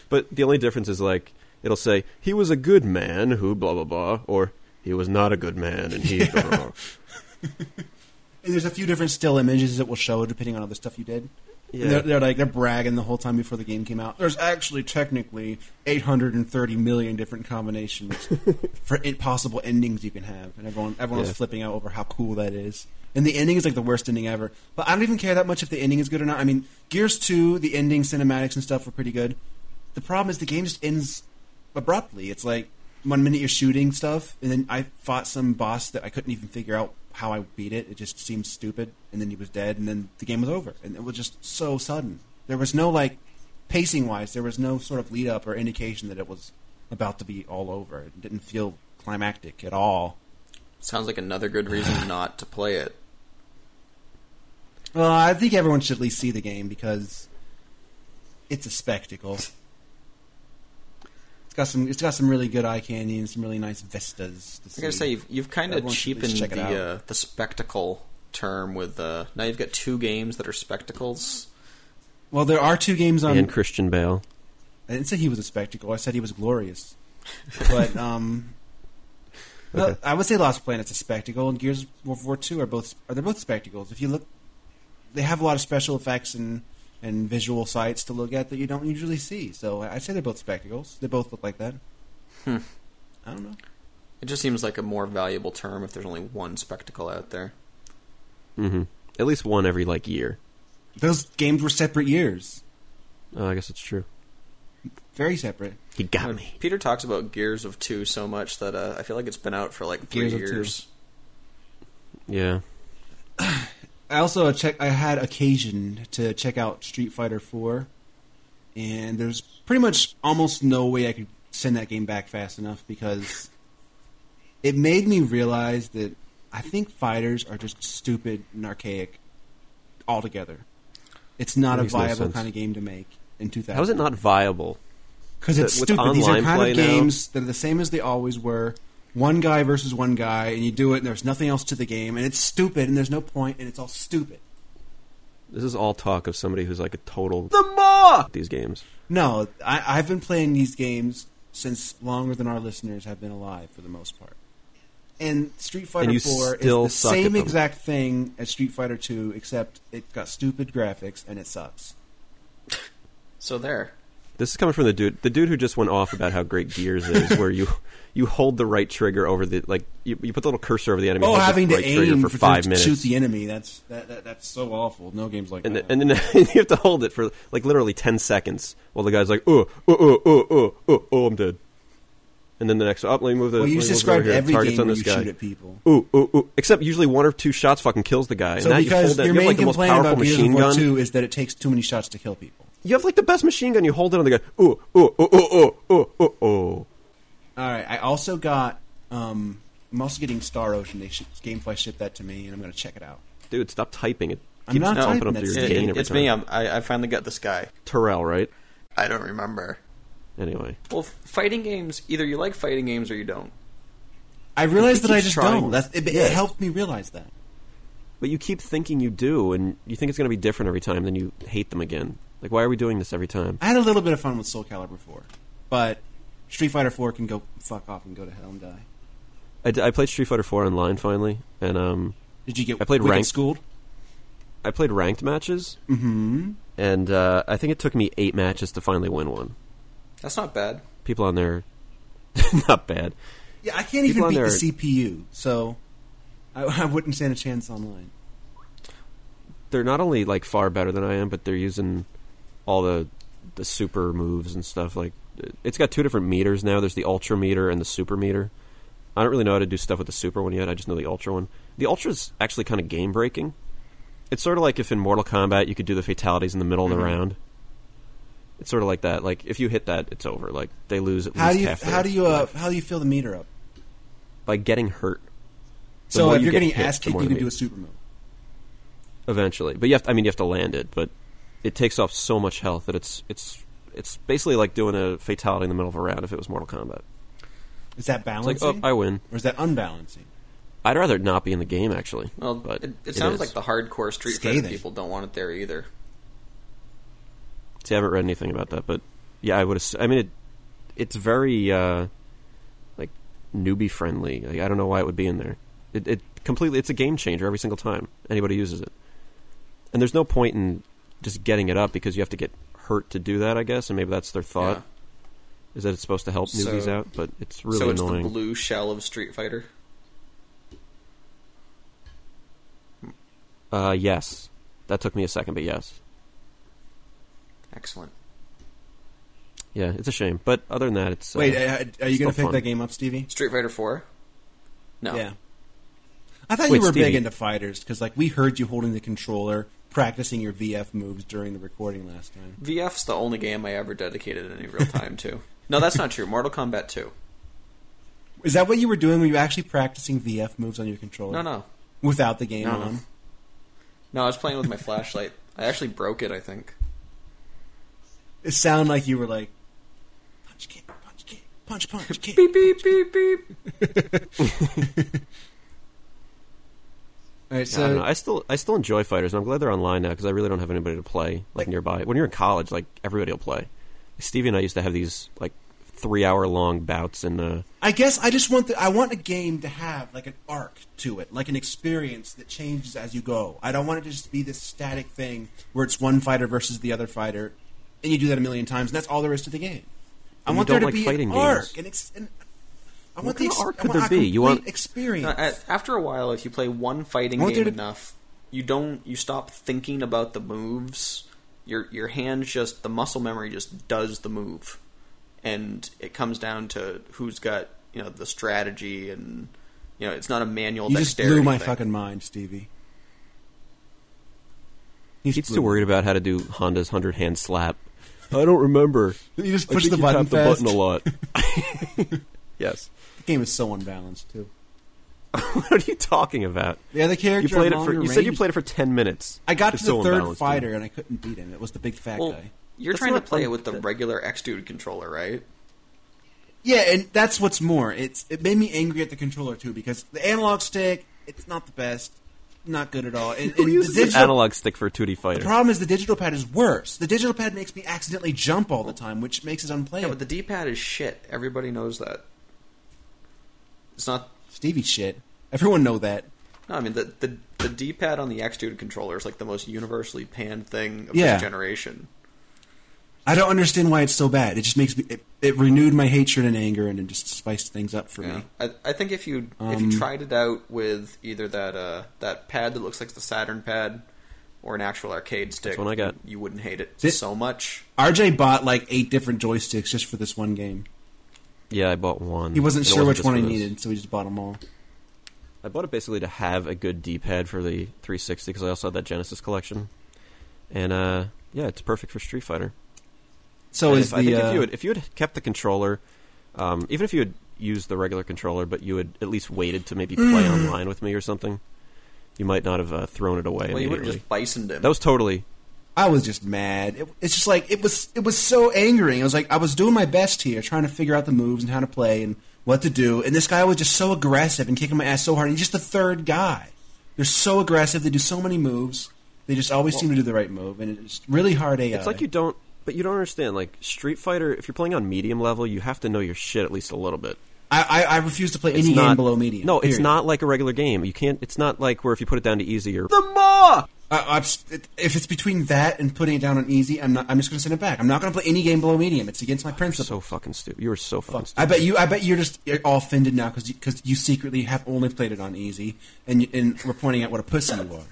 Speaker 1: But the only difference is like it'll say he was a good man who blah blah blah, or he was not a good man and
Speaker 3: (laughs)
Speaker 1: he. blah, blah, blah.
Speaker 3: And there's a few different still images it will show depending on other stuff you did. And
Speaker 1: Yeah.
Speaker 3: They're, they're like they're bragging the whole time before the game came out. There's actually technically 830 million different
Speaker 1: (laughs)
Speaker 3: combinations for it, possible endings you can have, and everyone everyone
Speaker 1: Yeah.
Speaker 3: was flipping out over how cool that is. And the ending is like the worst ending ever. But I don't even care that much if the ending is good or not. I mean, Gears Two, the ending cinematics and stuff were pretty good. The problem is the game just ends abruptly. It's like one minute you're shooting stuff, and then I fought some boss that I couldn't even figure out how I beat it. It just seemed stupid, and then he was dead, and then the game was over. And it was just so sudden. There was no like pacing wise, there was no sort of lead up or indication that it was about to be all over. It didn't feel climactic at all.
Speaker 2: Sounds like another good
Speaker 3: (sighs)
Speaker 2: reason not to play it.
Speaker 3: Well, I think everyone should at least see the game because it's a spectacle. It's got some. It's got some really good eye candy and some really nice vistas. To
Speaker 2: I
Speaker 3: see.
Speaker 2: gotta say, you've, you've kind of
Speaker 3: Everyone should at least
Speaker 2: cheapened
Speaker 3: check it out.
Speaker 2: the uh, the spectacle term with uh, now you've got two games that are spectacles,
Speaker 3: Well, there are two games on.
Speaker 1: and Christian Bale.
Speaker 3: I didn't say he was a spectacle. I said he was glorious. But um, well,
Speaker 1: Okay.
Speaker 3: I would say Lost Planet's a spectacle, and Gears of War- War Two are both are they're both spectacles. If you look, they have a lot of special effects and and visual sights to look at that you don't usually see. So I- I'd say they're both spectacles. They both look like that.
Speaker 2: Hmm.
Speaker 3: I don't know.
Speaker 2: It just seems like a more valuable term if there's only one spectacle out there.
Speaker 1: hmm At least one every like year.
Speaker 3: Those games were separate years,
Speaker 1: Oh, I guess it's true.
Speaker 3: very separate.
Speaker 1: He got me.
Speaker 2: Peter talks about Gears of Two so much that uh, I feel like it's been out for like three
Speaker 3: Gears of Two.
Speaker 2: years.
Speaker 1: Yeah.
Speaker 3: I also check. I had occasion to check out Street Fighter Four, and there's pretty much almost no way I could send that game back fast enough because it made me realize that I think fighters are just stupid and archaic altogether. It's not a
Speaker 1: Makes no
Speaker 3: viable
Speaker 1: sense.
Speaker 3: kind of game to make in 2000.
Speaker 1: How is it not viable?
Speaker 3: Because it's
Speaker 1: With
Speaker 3: stupid. These are
Speaker 1: online
Speaker 3: kind
Speaker 1: play
Speaker 3: of
Speaker 1: now?
Speaker 3: games that are the same as they always were. One guy versus one guy, and you do it, and there's nothing else to the game, and it's stupid, and there's no point, and it's all stupid.
Speaker 1: This is all talk of somebody who's like a total at these games.
Speaker 3: No, I, I've been playing these games since longer than our listeners have been alive, for the most part. And Street Fighter
Speaker 1: you
Speaker 3: Four is
Speaker 1: still
Speaker 3: the
Speaker 1: suck at
Speaker 3: same
Speaker 1: them.
Speaker 3: exact thing as Street Fighter Two, except it got stupid graphics and it sucks.
Speaker 2: So there.
Speaker 1: This is coming from the dude, the dude who just went off about how great Gears is, where you you hold the right trigger over the like you, you put the little cursor over the enemy.
Speaker 3: Oh,
Speaker 1: hold the
Speaker 3: having to
Speaker 1: right trigger
Speaker 3: aim
Speaker 1: for five
Speaker 3: to
Speaker 1: minutes,
Speaker 3: shoot the enemy—that's that, that, that's so awful. No games like
Speaker 1: and then,
Speaker 3: that.
Speaker 1: and then (laughs) you have to hold it for like literally ten seconds while the guy's like, oh, oh, oh, oh, oh, oh, oh I'm dead. And then the next, oh, let me move the.
Speaker 3: well, you
Speaker 1: let me move it over
Speaker 3: just described
Speaker 1: here.
Speaker 3: every
Speaker 1: targets
Speaker 3: game
Speaker 1: on
Speaker 3: where
Speaker 1: this
Speaker 3: you
Speaker 1: guy.
Speaker 3: shoot at people.
Speaker 1: Ooh, ooh, ooh. Except usually one or two shots fucking kills the guy. and
Speaker 3: So
Speaker 1: now you
Speaker 3: because
Speaker 1: hold that,
Speaker 3: your
Speaker 1: you have
Speaker 3: main
Speaker 1: like the most
Speaker 3: complaint
Speaker 1: powerful
Speaker 3: about Gears of
Speaker 1: machine
Speaker 3: War
Speaker 1: gun.
Speaker 3: Two is that it takes too many shots to kill people.
Speaker 1: You have like the best machine gun. You hold it on the guy. Ooh, ooh, ooh, ooh, ooh, ooh, ooh, ooh.
Speaker 3: All right. I also got. Um, I'm also getting Star Ocean. They sh- Gamefly shipped that to me, and I'm going to check it out.
Speaker 1: Dude, stop typing it.
Speaker 3: I'm
Speaker 1: Keeps
Speaker 3: not
Speaker 1: bumping
Speaker 3: typing,
Speaker 1: up
Speaker 3: that's
Speaker 1: your
Speaker 3: it. um,
Speaker 1: gain
Speaker 2: It-
Speaker 1: every
Speaker 2: it's me.
Speaker 1: time.
Speaker 2: I'm, I, I finally got this guy.
Speaker 1: Terrell, right?
Speaker 2: I don't remember.
Speaker 1: Anyway,
Speaker 2: Well, f- fighting games. Either you like fighting games or you don't.
Speaker 3: I realized
Speaker 1: He
Speaker 3: that I
Speaker 1: keeps
Speaker 3: just
Speaker 1: trying.
Speaker 3: don't. That's, it, it helped me realize that.
Speaker 1: but you keep thinking you do, and you think it's going to be different every time. Then you hate them again. Like, why are we doing this every time?
Speaker 3: I had a little bit of fun with Soul Calibur 4, but Street Fighter 4 can go fuck off and go to hell and die.
Speaker 1: I, d- I played Street Fighter Four online finally, and um,
Speaker 3: Did you get
Speaker 1: I played
Speaker 3: wicked
Speaker 1: ranked.
Speaker 3: schooled?
Speaker 1: I played ranked matches,
Speaker 3: Mm-hmm.
Speaker 1: and uh, I think it took me eight matches to finally win one.
Speaker 2: That's not bad.
Speaker 1: People on there, (laughs) not bad.
Speaker 3: Yeah, I can't
Speaker 1: People
Speaker 3: even
Speaker 1: on
Speaker 3: beat
Speaker 1: there-
Speaker 3: the CPU, so I, I wouldn't stand a chance online.
Speaker 1: They're not only like far better than I am, but they're using all the the super moves and stuff. Like, it's got two different meters now. There's the ultra meter and the super meter. I don't really know how to do stuff with the super one yet. I just know the ultra one. The ultra's actually kind of game breaking. It's sort of like if in Mortal Kombat you could do the fatalities in the middle of
Speaker 3: Mm-hmm.
Speaker 1: the round. It's sort of like that. Like if you hit that, it's over. Like they lose at
Speaker 3: How
Speaker 1: least
Speaker 3: do you
Speaker 1: half. their
Speaker 3: how do you uh,
Speaker 1: life.
Speaker 3: how do you fill the meter up?
Speaker 1: by getting hurt? The
Speaker 3: so
Speaker 1: more
Speaker 3: if
Speaker 1: you
Speaker 3: you're
Speaker 1: get
Speaker 3: getting
Speaker 1: hit,
Speaker 3: ass
Speaker 1: the
Speaker 3: kicked,
Speaker 1: more
Speaker 3: you
Speaker 1: the
Speaker 3: can do
Speaker 1: meter.
Speaker 3: a super move.
Speaker 1: eventually. But you have to, I mean you have to land it, but it takes off so much health that it's it's it's basically like doing a fatality in the middle of a round if it was Mortal Kombat.
Speaker 3: Is that
Speaker 1: It's like,
Speaker 3: balancing,
Speaker 1: oh, I win.
Speaker 3: or is that unbalancing?
Speaker 1: I'd rather it not be in the game actually.
Speaker 2: Well,
Speaker 1: but
Speaker 2: it, it sounds
Speaker 1: is.
Speaker 2: like the hardcore Street
Speaker 3: Stay
Speaker 2: Fighter
Speaker 3: there.
Speaker 2: people don't want it there either.
Speaker 1: See, I haven't read anything about that, but yeah, I would. ass- I mean, it it's very uh, like newbie friendly. Like, I don't know why it would be in there. It, it completely. It's a game changer every single time anybody uses it. And there's no point in just getting it up because you have to get hurt to do that. I guess, and maybe that's their thought
Speaker 2: Yeah.
Speaker 1: is that it's supposed to help
Speaker 2: So-
Speaker 1: newbies out, but it's really
Speaker 2: so it's
Speaker 1: annoying.
Speaker 2: the blue shell of Street Fighter.
Speaker 1: uh, yes, that took me a second, but yes,
Speaker 2: Excellent.
Speaker 1: yeah, it's a shame. But other than that, it's uh,
Speaker 3: Wait, uh, are you
Speaker 1: still
Speaker 3: going to pick
Speaker 1: fun.
Speaker 3: that game up, Stevie?
Speaker 2: Street Fighter Four. No.
Speaker 3: Yeah. I thought
Speaker 1: Wait,
Speaker 3: you were big
Speaker 1: Stevie.
Speaker 3: into fighters because, like, we heard you holding the controller, practicing your VF moves during the recording last time.
Speaker 2: VF's the only game I ever dedicated any real time to. No, that's not true. Mortal Kombat 2.
Speaker 3: Is that what you were doing? Were you actually practicing VF moves on your controller?
Speaker 2: No, no.
Speaker 3: Without the game
Speaker 2: No, no.
Speaker 3: on?
Speaker 2: No, I was playing with my flashlight. I actually broke it, I think.
Speaker 3: It sounded like you were like, punch, kick, punch, kick, punch,
Speaker 2: (laughs)
Speaker 3: punch, kick.
Speaker 2: Beep, beep, beep, beep.
Speaker 3: (laughs) All right,
Speaker 1: I don't
Speaker 3: so
Speaker 1: know. I still I still enjoy fighters, and I'm glad they're online now because I really don't have anybody to play like nearby. When you're in college, like everybody will play. Stevie and I used to have these like three hour long bouts in uh,
Speaker 3: I guess I just want the, I want a game to have like an arc to it, like an experience that changes as you go. I don't want it to just be this static thing where it's one fighter versus the other fighter, and you do that a million times, and that's all there is to the game. I
Speaker 1: And you
Speaker 3: want
Speaker 1: don't
Speaker 3: there to
Speaker 1: like
Speaker 3: be
Speaker 1: fighting
Speaker 3: an
Speaker 1: games.
Speaker 3: arc, and, ex- and I want the
Speaker 1: kind of
Speaker 3: ex-
Speaker 1: arc
Speaker 3: I
Speaker 1: could
Speaker 3: want
Speaker 1: there
Speaker 3: a
Speaker 1: be? You
Speaker 3: complete
Speaker 1: want-
Speaker 3: experience?
Speaker 2: No, a- after a while, if you play one fighting
Speaker 3: I want
Speaker 2: game
Speaker 3: there to-
Speaker 2: enough, you don't you stop thinking about the moves. Your your hand just the muscle memory just does the move, and it comes down to who's got you know the strategy and you know it's not a manual.
Speaker 3: you just
Speaker 2: dexterity
Speaker 3: blew my
Speaker 2: thing.
Speaker 3: fucking mind, Stevie.
Speaker 1: He's too worried about how to do Honda's hundred hand slap. I don't remember.
Speaker 3: You just
Speaker 1: I
Speaker 3: push
Speaker 1: think
Speaker 3: the
Speaker 1: you
Speaker 3: button
Speaker 1: tap the
Speaker 3: fast.
Speaker 1: button a lot.
Speaker 3: (laughs)
Speaker 1: (laughs) yes.
Speaker 3: The game is so unbalanced too.
Speaker 1: What are you talking about?
Speaker 3: The other
Speaker 1: You
Speaker 3: character
Speaker 1: played it
Speaker 3: at
Speaker 1: for.
Speaker 3: longer
Speaker 1: You said you
Speaker 3: range-
Speaker 1: played it for ten minutes.
Speaker 3: I got
Speaker 1: It's
Speaker 3: to the
Speaker 1: so
Speaker 3: third
Speaker 1: unbalanced,
Speaker 3: fighter
Speaker 1: dude.
Speaker 3: and I couldn't beat him. It was the big fat
Speaker 2: Well,
Speaker 3: guy.
Speaker 2: you're
Speaker 1: That's
Speaker 2: trying to
Speaker 1: not
Speaker 2: play
Speaker 1: fun.
Speaker 2: it with the regular X Dude controller, right?
Speaker 3: Yeah, and that's what's more. It's it made me angry at the controller too because the analog stick it's not the best, not good at all. And, and the
Speaker 1: This is an
Speaker 3: digital
Speaker 1: analog stick for a 2D
Speaker 3: the
Speaker 1: fighter.
Speaker 3: problem is the digital pad is worse. The digital pad makes me accidentally jump all the time, which makes it
Speaker 2: Yeah,
Speaker 3: unplayable.
Speaker 2: but the D pad is shit. Everybody knows that. It's not.
Speaker 3: Stevie shit. Everyone know that.
Speaker 2: No, I mean the the, the D pad on the X Dude controller is like the most universally panned thing of
Speaker 3: Yeah.
Speaker 2: this generation.
Speaker 3: I don't understand why it's so bad. It just makes me. It, it renewed my hatred and anger, and it just spiced things up for
Speaker 2: Yeah.
Speaker 3: me.
Speaker 2: I, I think if you
Speaker 3: Um,
Speaker 2: if you tried it out with either that uh, that pad that looks like the Saturn pad or an actual arcade stick,
Speaker 1: one I got.
Speaker 2: you wouldn't hate it
Speaker 3: Did-
Speaker 2: so much.
Speaker 3: RJ bought like eight different joysticks just for this one game.
Speaker 1: Yeah, I bought one.
Speaker 3: He wasn't
Speaker 1: And it
Speaker 3: sure which
Speaker 1: just
Speaker 3: one
Speaker 1: for
Speaker 3: he
Speaker 1: this.
Speaker 3: needed, so he just bought them all.
Speaker 1: I bought it basically to have a good D-pad for the 360 because I also had that Genesis collection, and uh, yeah, it's perfect for Street Fighter.
Speaker 3: So
Speaker 1: And
Speaker 3: is
Speaker 1: if-
Speaker 3: the
Speaker 1: I think
Speaker 3: uh,
Speaker 1: if you had if you had kept the controller, um, even if you had used the regular controller, but you had at least waited to maybe play
Speaker 3: Mm.
Speaker 1: online with me or something, you might not have uh, thrown it away
Speaker 2: Well, you would have
Speaker 1: immediately.
Speaker 2: just bisoned him.
Speaker 1: That was totally.
Speaker 3: I was just mad. It, it's just like it was. It was so angering. I was like, I was doing my best here, trying to figure out the moves and how to play and what to do. And this guy was just so aggressive and kicking my ass so hard. And he's just the third guy. They're so aggressive. They do so many moves. They just always seem to do the right move, and it's really hard AI.
Speaker 1: It's like you don't, but you don't understand. Like Street Fighter, if you're playing on medium level, you have to know your shit at least a little bit.
Speaker 3: I, I, I refuse to play any game below medium.
Speaker 1: No, it's
Speaker 3: period.
Speaker 1: not like a regular game. You can't. It's not like where if you put it down to easy, you're
Speaker 2: the more.
Speaker 3: I, I'm, s- it- if it's between that and putting it down on easy, I'm not. I'm just going to send it back. I'm not going to play any game below medium. It's against my principles.
Speaker 1: so fucking stupid. You were so fucking stupid.
Speaker 3: I bet you. I bet you're just all offended now because because you secretly have only played it on easy, and you- and we're pointing out what a pussy you are.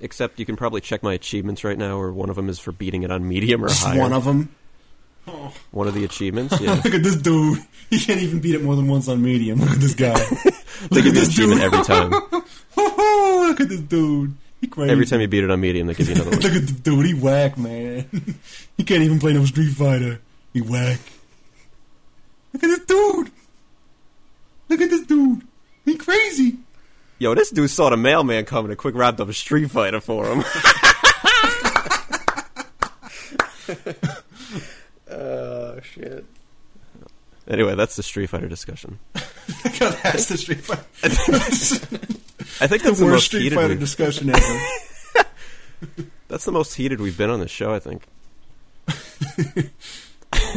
Speaker 1: Except you can probably check my achievements right now, or one of them is for beating it on medium or
Speaker 3: Just
Speaker 1: higher.
Speaker 3: one of them.
Speaker 1: One of the
Speaker 3: (laughs)
Speaker 1: achievements. Yeah,
Speaker 3: Look at this dude. He can't even beat it more than once on medium. Look at
Speaker 1: (laughs)
Speaker 3: this guy.
Speaker 1: they give
Speaker 3: Look at
Speaker 1: you an
Speaker 3: this dude.
Speaker 1: achievement every time.
Speaker 3: (laughs) Look at this dude. He crazy.
Speaker 1: Every time you beat it on medium, they give
Speaker 3: (laughs)
Speaker 1: you another one.
Speaker 3: Look at the dude. He whack, man. (laughs) he can't even play no Street Fighter. He whack. Look at this dude. Look at this dude. He crazy. (laughs)
Speaker 1: Yo, this dude saw the mailman coming and quick wrapped up a Street Fighter for him. (laughs)
Speaker 2: Oh shit.
Speaker 1: anyway, that's the Street Fighter discussion.
Speaker 3: That's the Street Fighter.
Speaker 1: (laughs)
Speaker 3: (laughs)
Speaker 1: I think that's the,
Speaker 3: Worst
Speaker 1: most
Speaker 3: Street
Speaker 1: heated.
Speaker 3: Fighter
Speaker 1: we've-
Speaker 3: discussion ever.
Speaker 1: that's the most heated we've been on this show. I think.
Speaker 3: (laughs)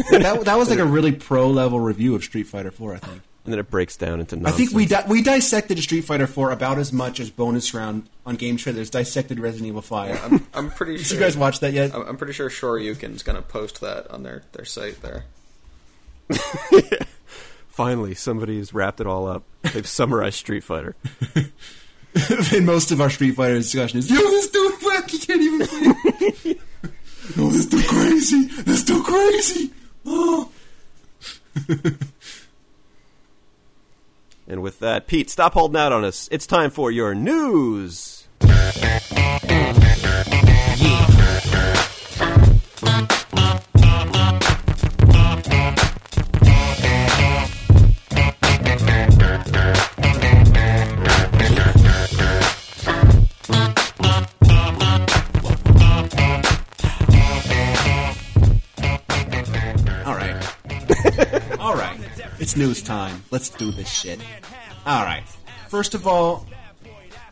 Speaker 3: that, that was like a really pro level review of Street Fighter 4, I think.
Speaker 1: And then it breaks down into
Speaker 3: I
Speaker 1: nonsense.
Speaker 3: think we di- we dissected Street Fighter 4 about as much as bonus round on Game Trailers dissected Resident Evil (laughs) 5.
Speaker 2: I'm, I'm pretty
Speaker 3: Did
Speaker 2: sure.
Speaker 3: you guys watch that yet?
Speaker 2: I'm I'm pretty sure Shoryuken's going to post that on their, their site there.
Speaker 1: finally somebody's wrapped it all up. They've summarized Street
Speaker 3: (laughs)
Speaker 1: Fighter.
Speaker 3: In most of our Street Fighter discussion is, yo, this dude whack, he can't even play. (laughs) no, this dude crazy, this dude (laughs) crazy. Oh.
Speaker 1: And with that, Pete, stop holding out on us. It's time for your news.
Speaker 3: All right. all right. It's news time. Let's do this shit. All right. First of all,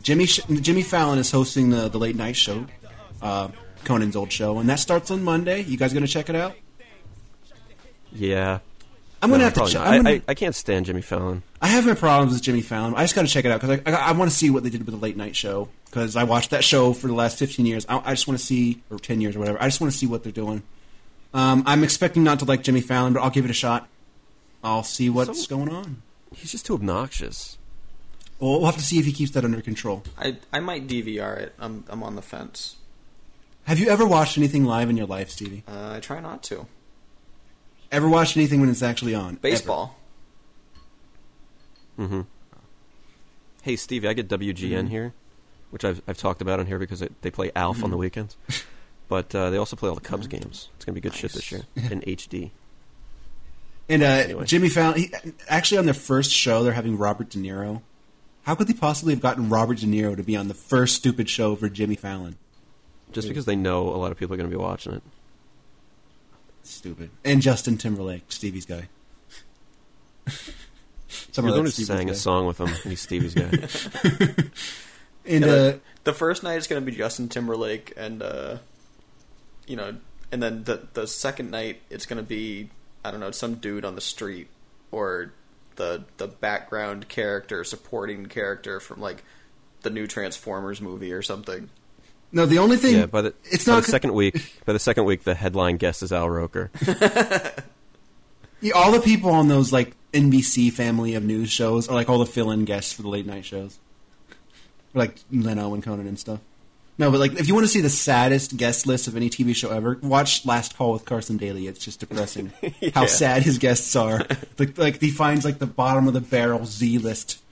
Speaker 3: Jimmy Sh- Jimmy Fallon is hosting the the late night show, uh, Conan's old show, and that starts on Monday. You guys gonna check it out?
Speaker 1: Yeah.
Speaker 3: I'm gonna
Speaker 1: No,
Speaker 3: have to.
Speaker 1: probably
Speaker 3: Check,
Speaker 1: not.
Speaker 3: I'm
Speaker 1: I,
Speaker 3: gonna,
Speaker 1: I, I can't stand Jimmy Fallon.
Speaker 3: I have my problems with Jimmy Fallon. I just got to check it out because I, I, I want to see what they did with the late night show because I watched that show for the last 15 years. I, I just want to see, or 10 years or whatever. I just want to see what they're doing. Um, I'm expecting not to like Jimmy Fallon, but I'll give it a shot. I'll see what's
Speaker 1: So-
Speaker 3: going on.
Speaker 1: He's just too obnoxious.
Speaker 3: Well, we'll have to see if he keeps that under control.
Speaker 2: I I might DVR it. I'm I'm on the fence.
Speaker 3: Have you ever watched anything live in your life, Stevie?
Speaker 2: Uh, I try not to.
Speaker 3: Ever watched anything when it's actually on? Ever?
Speaker 2: Baseball.
Speaker 1: Hey, Stevie, I get WGN
Speaker 3: Mm-hmm.
Speaker 1: here, which I've, I've talked about on here because it, they play ALF
Speaker 3: Mm-hmm.
Speaker 1: on the weekends. But uh, they also play all the Cubs games. It's going to be good shit this year
Speaker 3: (laughs)
Speaker 1: in HD.
Speaker 3: And uh,
Speaker 1: Anyway.
Speaker 3: Jimmy Fallon, he, actually, on their first show, they're having Robert De Niro. How could they possibly have gotten Robert De Niro to be on the first stupid show for Jimmy Fallon?
Speaker 1: Just because they know a lot of people are going to be watching it.
Speaker 3: Stupid. And Justin Timberlake, Stevie's guy. (laughs) Some
Speaker 1: You're the
Speaker 3: that
Speaker 1: one who
Speaker 3: Stevie's
Speaker 1: sang
Speaker 3: guy.
Speaker 1: a song with him, and he's Stevie's guy.
Speaker 3: (laughs) And
Speaker 2: Yeah,
Speaker 3: uh,
Speaker 2: the, the first night is going to be Justin Timberlake and uh, you know, and then the the second night it's going to be I don't know some dude on the street or the the background character, supporting character from like the new Transformers movie or something.
Speaker 3: no, the only thing
Speaker 1: yeah, by the,
Speaker 3: it's
Speaker 1: by
Speaker 3: not
Speaker 1: the second week. By the second week, the headline guest is Al Roker.
Speaker 3: yeah, all the people on those like NBC family of news shows are like all the fill-in guests for the late night shows, like Leno and Conan and stuff. No, but like if you want to see the saddest guest list of any TV show ever, watch Last Call with Carson Daly. It's
Speaker 1: (laughs)
Speaker 3: just depressing how sad his guests are. like, like he finds like the bottom of the barrel Z list,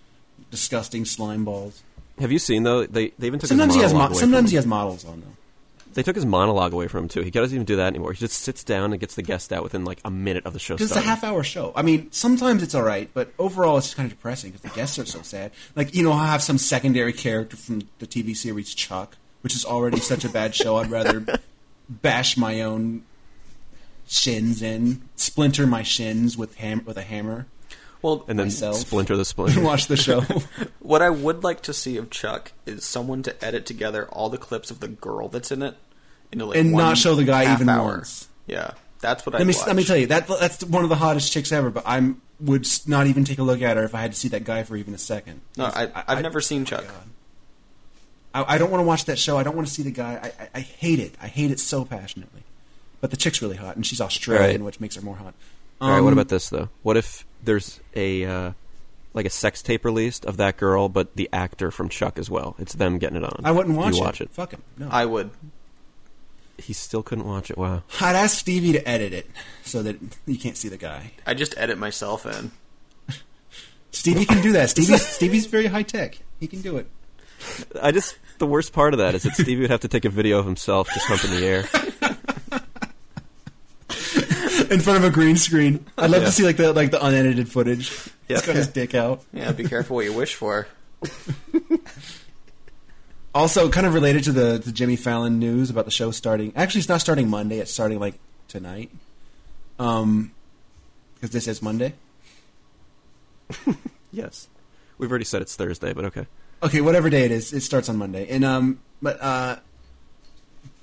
Speaker 3: disgusting slime balls.
Speaker 1: Have you seen though? They they even took
Speaker 3: Sometimes he
Speaker 1: his
Speaker 3: has
Speaker 1: monologue
Speaker 3: mo-
Speaker 1: away
Speaker 3: sometimes he
Speaker 1: from him.
Speaker 3: has models on though.
Speaker 1: they took his monologue away from him too. He doesn't even do that anymore. He just sits down and gets the guest out within like a minute of the show
Speaker 3: Because it's a
Speaker 1: starting.
Speaker 3: half hour show. I mean, sometimes it's all right, but overall it's kind of depressing because the guests are so sad. Like, you know, I have some secondary character from the TV series Chuck, which is already such a bad show. I'd rather bash my own shins in, splinter my shins with ham- with a hammer,
Speaker 2: Well,
Speaker 1: and then
Speaker 3: myself.
Speaker 1: Splinter the
Speaker 3: and (laughs)
Speaker 1: Splinter.
Speaker 3: watch the show.
Speaker 2: What I would like to see of Chuck is someone to edit together all the clips of the girl that's in it into like
Speaker 3: And
Speaker 2: one
Speaker 3: not show the guy
Speaker 2: half
Speaker 3: even
Speaker 2: hour.
Speaker 3: once.
Speaker 2: Yeah, that's what I
Speaker 3: let me let me tell you that that's one of the hottest chicks ever. But I'm would s- not even take a look at her if I had to see that guy for even a second.
Speaker 2: No, I, I've never seen Chuck.
Speaker 3: I, I don't want to watch that show. I don't want to see the guy. I, I, I hate it. I hate it so passionately. But the chick's really hot, and she's Australian,
Speaker 1: Right.
Speaker 3: which makes her more hot.
Speaker 1: All right, what
Speaker 3: Um,
Speaker 1: about this though? What if there's a uh, like a sex tape released of that girl, but the actor from Chuck as well? It's them getting it on.
Speaker 3: I wouldn't
Speaker 1: You
Speaker 3: watch,
Speaker 1: watch it.
Speaker 3: Fuck him. No.
Speaker 2: I would.
Speaker 1: He still couldn't watch it. Wow.
Speaker 3: I'd ask Stevie to edit it so that you can't see the guy.
Speaker 2: I just edit myself in.
Speaker 3: Stevie can do
Speaker 1: (laughs)
Speaker 3: that. Stevie, Stevie's very high tech. He can do it.
Speaker 1: I just the worst part of that
Speaker 3: (laughs)
Speaker 1: is that Stevie would have to take a video of himself just humping the air.
Speaker 3: In front of a green screen. I'd love
Speaker 1: Yeah.
Speaker 3: to see like the like the unedited footage.
Speaker 1: Yeah.
Speaker 3: He's got his dick out.
Speaker 2: Yeah, be careful what you wish (laughs) for.
Speaker 3: Also, kind of related to the, the Jimmy Fallon news about the show starting. Actually, it's not starting Monday. It's starting like tonight. Um, because this is Monday.
Speaker 1: Yes, we've already said it's Thursday, but okay.
Speaker 3: Okay, whatever day it is, it starts on Monday. And um, but uh,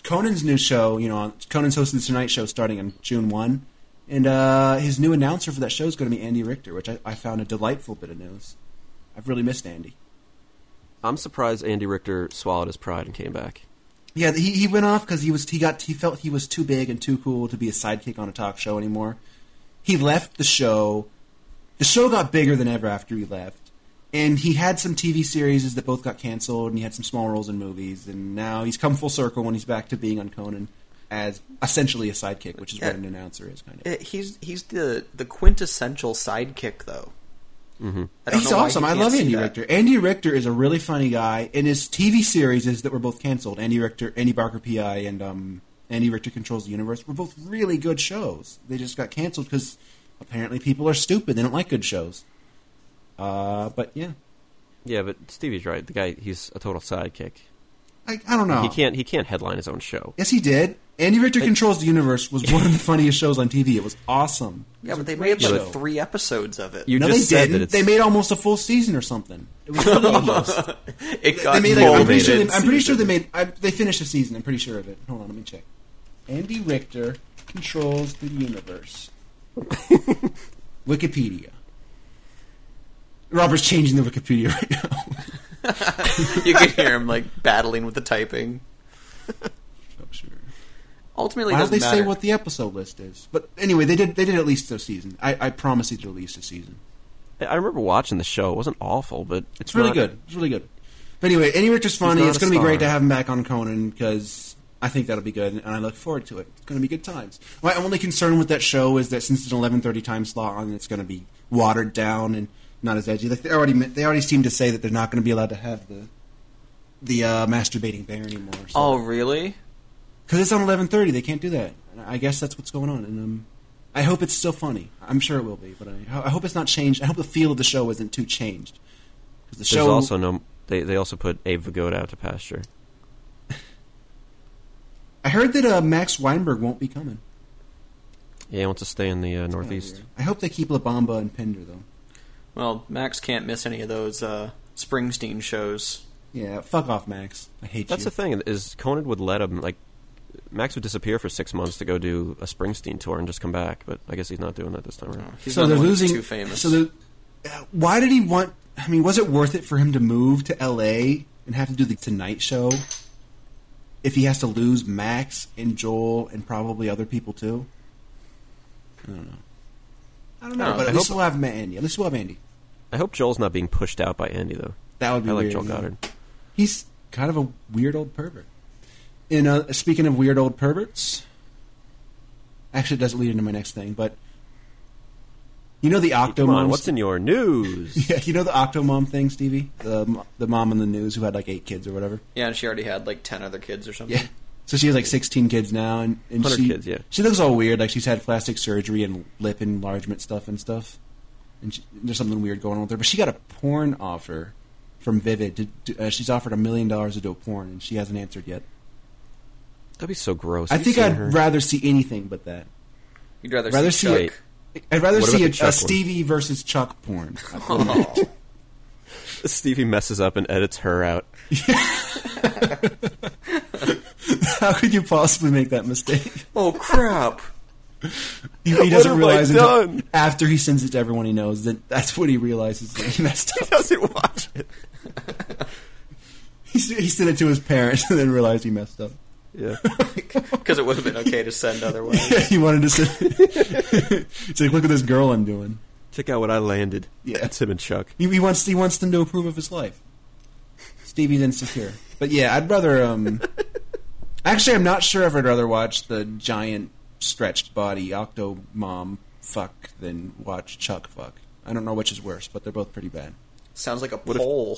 Speaker 3: Conan's new show, you know, on- Conan's hosting the Tonight Show starting on June one, and uh, his new announcer for that show is going to be Andy Richter, which I, I found a delightful bit of news. I've really missed Andy.
Speaker 1: I'm surprised Andy Richter swallowed his pride and came back.
Speaker 3: Yeah, he, he went off because he was he got he felt he was too big and too cool to be a sidekick on a talk show anymore. He left the show. The show got bigger than ever after he left, and he had some TV series that both got canceled, and he had some small roles in movies, and now he's come full circle when he's back to being on Conan as essentially a sidekick, which is what
Speaker 2: Yeah.
Speaker 3: an announcer is kind of.
Speaker 2: Eh, He's he's the the quintessential sidekick though. Mm-hmm.
Speaker 3: He's awesome. I love Andy Richter. Andy Richter is a really funny guy, and his TV series is that were both canceled. Andy Richter, Andy Barker PI, and um, Andy Richter Controls the Universe were both really good shows. They just got canceled because apparently people are stupid. They don't like good shows. Uh, but yeah,
Speaker 1: Yeah, but Stevie's right. The guy, he's a total sidekick.
Speaker 3: Like I don't know.
Speaker 1: He can't. He can't headline his own show.
Speaker 3: Yes, he did. Andy Richter controls the universe was one of the funniest shows on TV. It was awesome.
Speaker 2: Yeah, but they made
Speaker 1: like,
Speaker 2: like
Speaker 3: show.
Speaker 2: three episodes of it.
Speaker 1: You
Speaker 3: No, they
Speaker 1: just said
Speaker 3: didn't.
Speaker 1: that it's.
Speaker 3: They made almost a full season or something.
Speaker 1: (laughs)
Speaker 3: It was pretty almost.
Speaker 2: it got
Speaker 3: they made. Like, I'm pretty
Speaker 2: molded
Speaker 3: sure. They, I'm pretty sure they
Speaker 2: season.
Speaker 3: made. I, they finished a season. I'm pretty sure of it. Hold on, let me check. Andy Richter controls the (laughs) universe. Wikipedia. Robert's changing the Wikipedia right now.
Speaker 2: (laughs) you can hear him like battling with the typing.
Speaker 3: (laughs) Oh, sure.
Speaker 2: Ultimately, it
Speaker 3: Why don't
Speaker 2: doesn't
Speaker 3: they
Speaker 2: matter.
Speaker 3: say what the episode list is? But anyway, they did. They did at least a season. I, I promise they did at least a season.
Speaker 1: I remember watching the show. It wasn't awful, but it's
Speaker 3: It's really
Speaker 1: not-
Speaker 3: good. It's really good. But anyway, Andy Richter's funny.
Speaker 1: not
Speaker 3: It's
Speaker 1: a
Speaker 3: going to be great
Speaker 1: star.
Speaker 3: to have him back on Conan because I think that'll be good, and I look forward to it. It's going to be good times. My only concern with that show is that since it's an eleven thirty time slot on, it's going to be watered down and not as edgy. Like they already they already seem to say that they're not going to be allowed to have the the uh, masturbating bear anymore. So.
Speaker 2: Oh, really?
Speaker 3: Because it's on eleven thirty, they can't do that. And I guess that's what's going on, and um, I hope it's still funny. I'm sure it will be, but I, I hope it's not changed. I hope the feel of the show isn't too changed. 'Cause the
Speaker 1: There's
Speaker 3: show
Speaker 1: also no. They they also put Abe Vigoda out to pasture.
Speaker 3: I heard that uh, Max Weinberg won't be coming.
Speaker 1: Yeah, he wants to stay in the uh, Northeast.
Speaker 3: I hope they keep La Bamba and Pinder though.
Speaker 2: Well, Max can't miss any of those uh, Springsteen shows.
Speaker 3: Yeah, fuck off, Max. I hate
Speaker 1: That's
Speaker 3: you.
Speaker 1: the thing is Conan would let him like Max would disappear for six months to go do a Springsteen tour and just come back, but I guess he's not doing that this time around.
Speaker 2: He's
Speaker 3: so
Speaker 2: another
Speaker 3: they're
Speaker 2: one that's
Speaker 3: losing.
Speaker 2: Too famous.
Speaker 3: So they're, uh, why did he want? I mean, was it worth it for him to move to L.A. and have to do the Tonight Show if he has to lose Max and Joel and probably other people too? I don't know. I don't know,
Speaker 2: Oh,
Speaker 3: but
Speaker 2: I
Speaker 3: at least
Speaker 1: hope-
Speaker 3: we'll have Ma- Andy. At least we'll have Andy.
Speaker 1: I hope Joel's not being pushed out by Andy though.
Speaker 3: That would be
Speaker 1: I like
Speaker 3: weird,
Speaker 1: Joel
Speaker 3: yeah.
Speaker 1: Goddard.
Speaker 3: He's kind of a weird old pervert. And uh, speaking of weird old perverts, actually, it doesn't lead into my next thing, but you know the
Speaker 1: Come on,
Speaker 3: Octomom.
Speaker 1: what's in your news?
Speaker 3: (laughs) yeah, you know the Octomom thing, Stevie, the m- the mom in the news who had like eight kids or whatever.
Speaker 2: yeah, and she already had like ten other kids or something.
Speaker 3: Yeah. So she has like 16 kids now, and, and
Speaker 1: 100
Speaker 3: she
Speaker 1: kids, yeah.
Speaker 3: she looks all weird, like she's had plastic surgery and lip enlargement stuff and stuff, and she, there's something weird going on with her. But she got a porn offer from Vivid. To, to, uh, she's offered a million dollars to do a porn, and she hasn't answered yet.
Speaker 1: That'd be so gross.
Speaker 3: I
Speaker 1: Have you
Speaker 3: think
Speaker 1: seen
Speaker 3: I'd
Speaker 1: her?
Speaker 3: rather see anything but that.
Speaker 2: You'd rather,
Speaker 3: Rather
Speaker 2: see
Speaker 3: see
Speaker 2: Chuck.
Speaker 3: it- I'd rather
Speaker 1: What about
Speaker 3: see
Speaker 1: the
Speaker 3: a,
Speaker 1: Chuck one?
Speaker 3: a Stevie versus
Speaker 1: (laughs)
Speaker 3: Chuck porn.
Speaker 2: (laughs) Oh.
Speaker 1: (laughs) Stevie messes up and edits her out.
Speaker 3: How could you possibly make
Speaker 1: (laughs)
Speaker 3: that mistake?
Speaker 2: oh crap!
Speaker 3: He, he doesn't
Speaker 1: have I
Speaker 3: realize until-
Speaker 1: done?
Speaker 3: after he sends it to everyone he knows that that's what he realizes that he messed up.
Speaker 1: Doesn't watch
Speaker 3: (laughs)
Speaker 1: it.
Speaker 3: He, s- he sent it to his parents (laughs) and then realized he messed up. (laughs)
Speaker 1: Yeah.
Speaker 2: Because it would have been okay to send otherwise.
Speaker 3: he wanted to send. (laughs) He's like, look at this girl I'm doing.
Speaker 1: Check out what I landed.
Speaker 3: Yeah.
Speaker 1: That's him and Chuck.
Speaker 3: He, he wants he wants them to approve of his life. Stevie's insecure, but yeah, I'd rather. um (laughs) Actually, I'm not sure if I'd rather watch the giant stretched body Octo Mom fuck than watch Chuck fuck. I don't know which is worse, but they're both pretty bad.
Speaker 2: Sounds like a poll.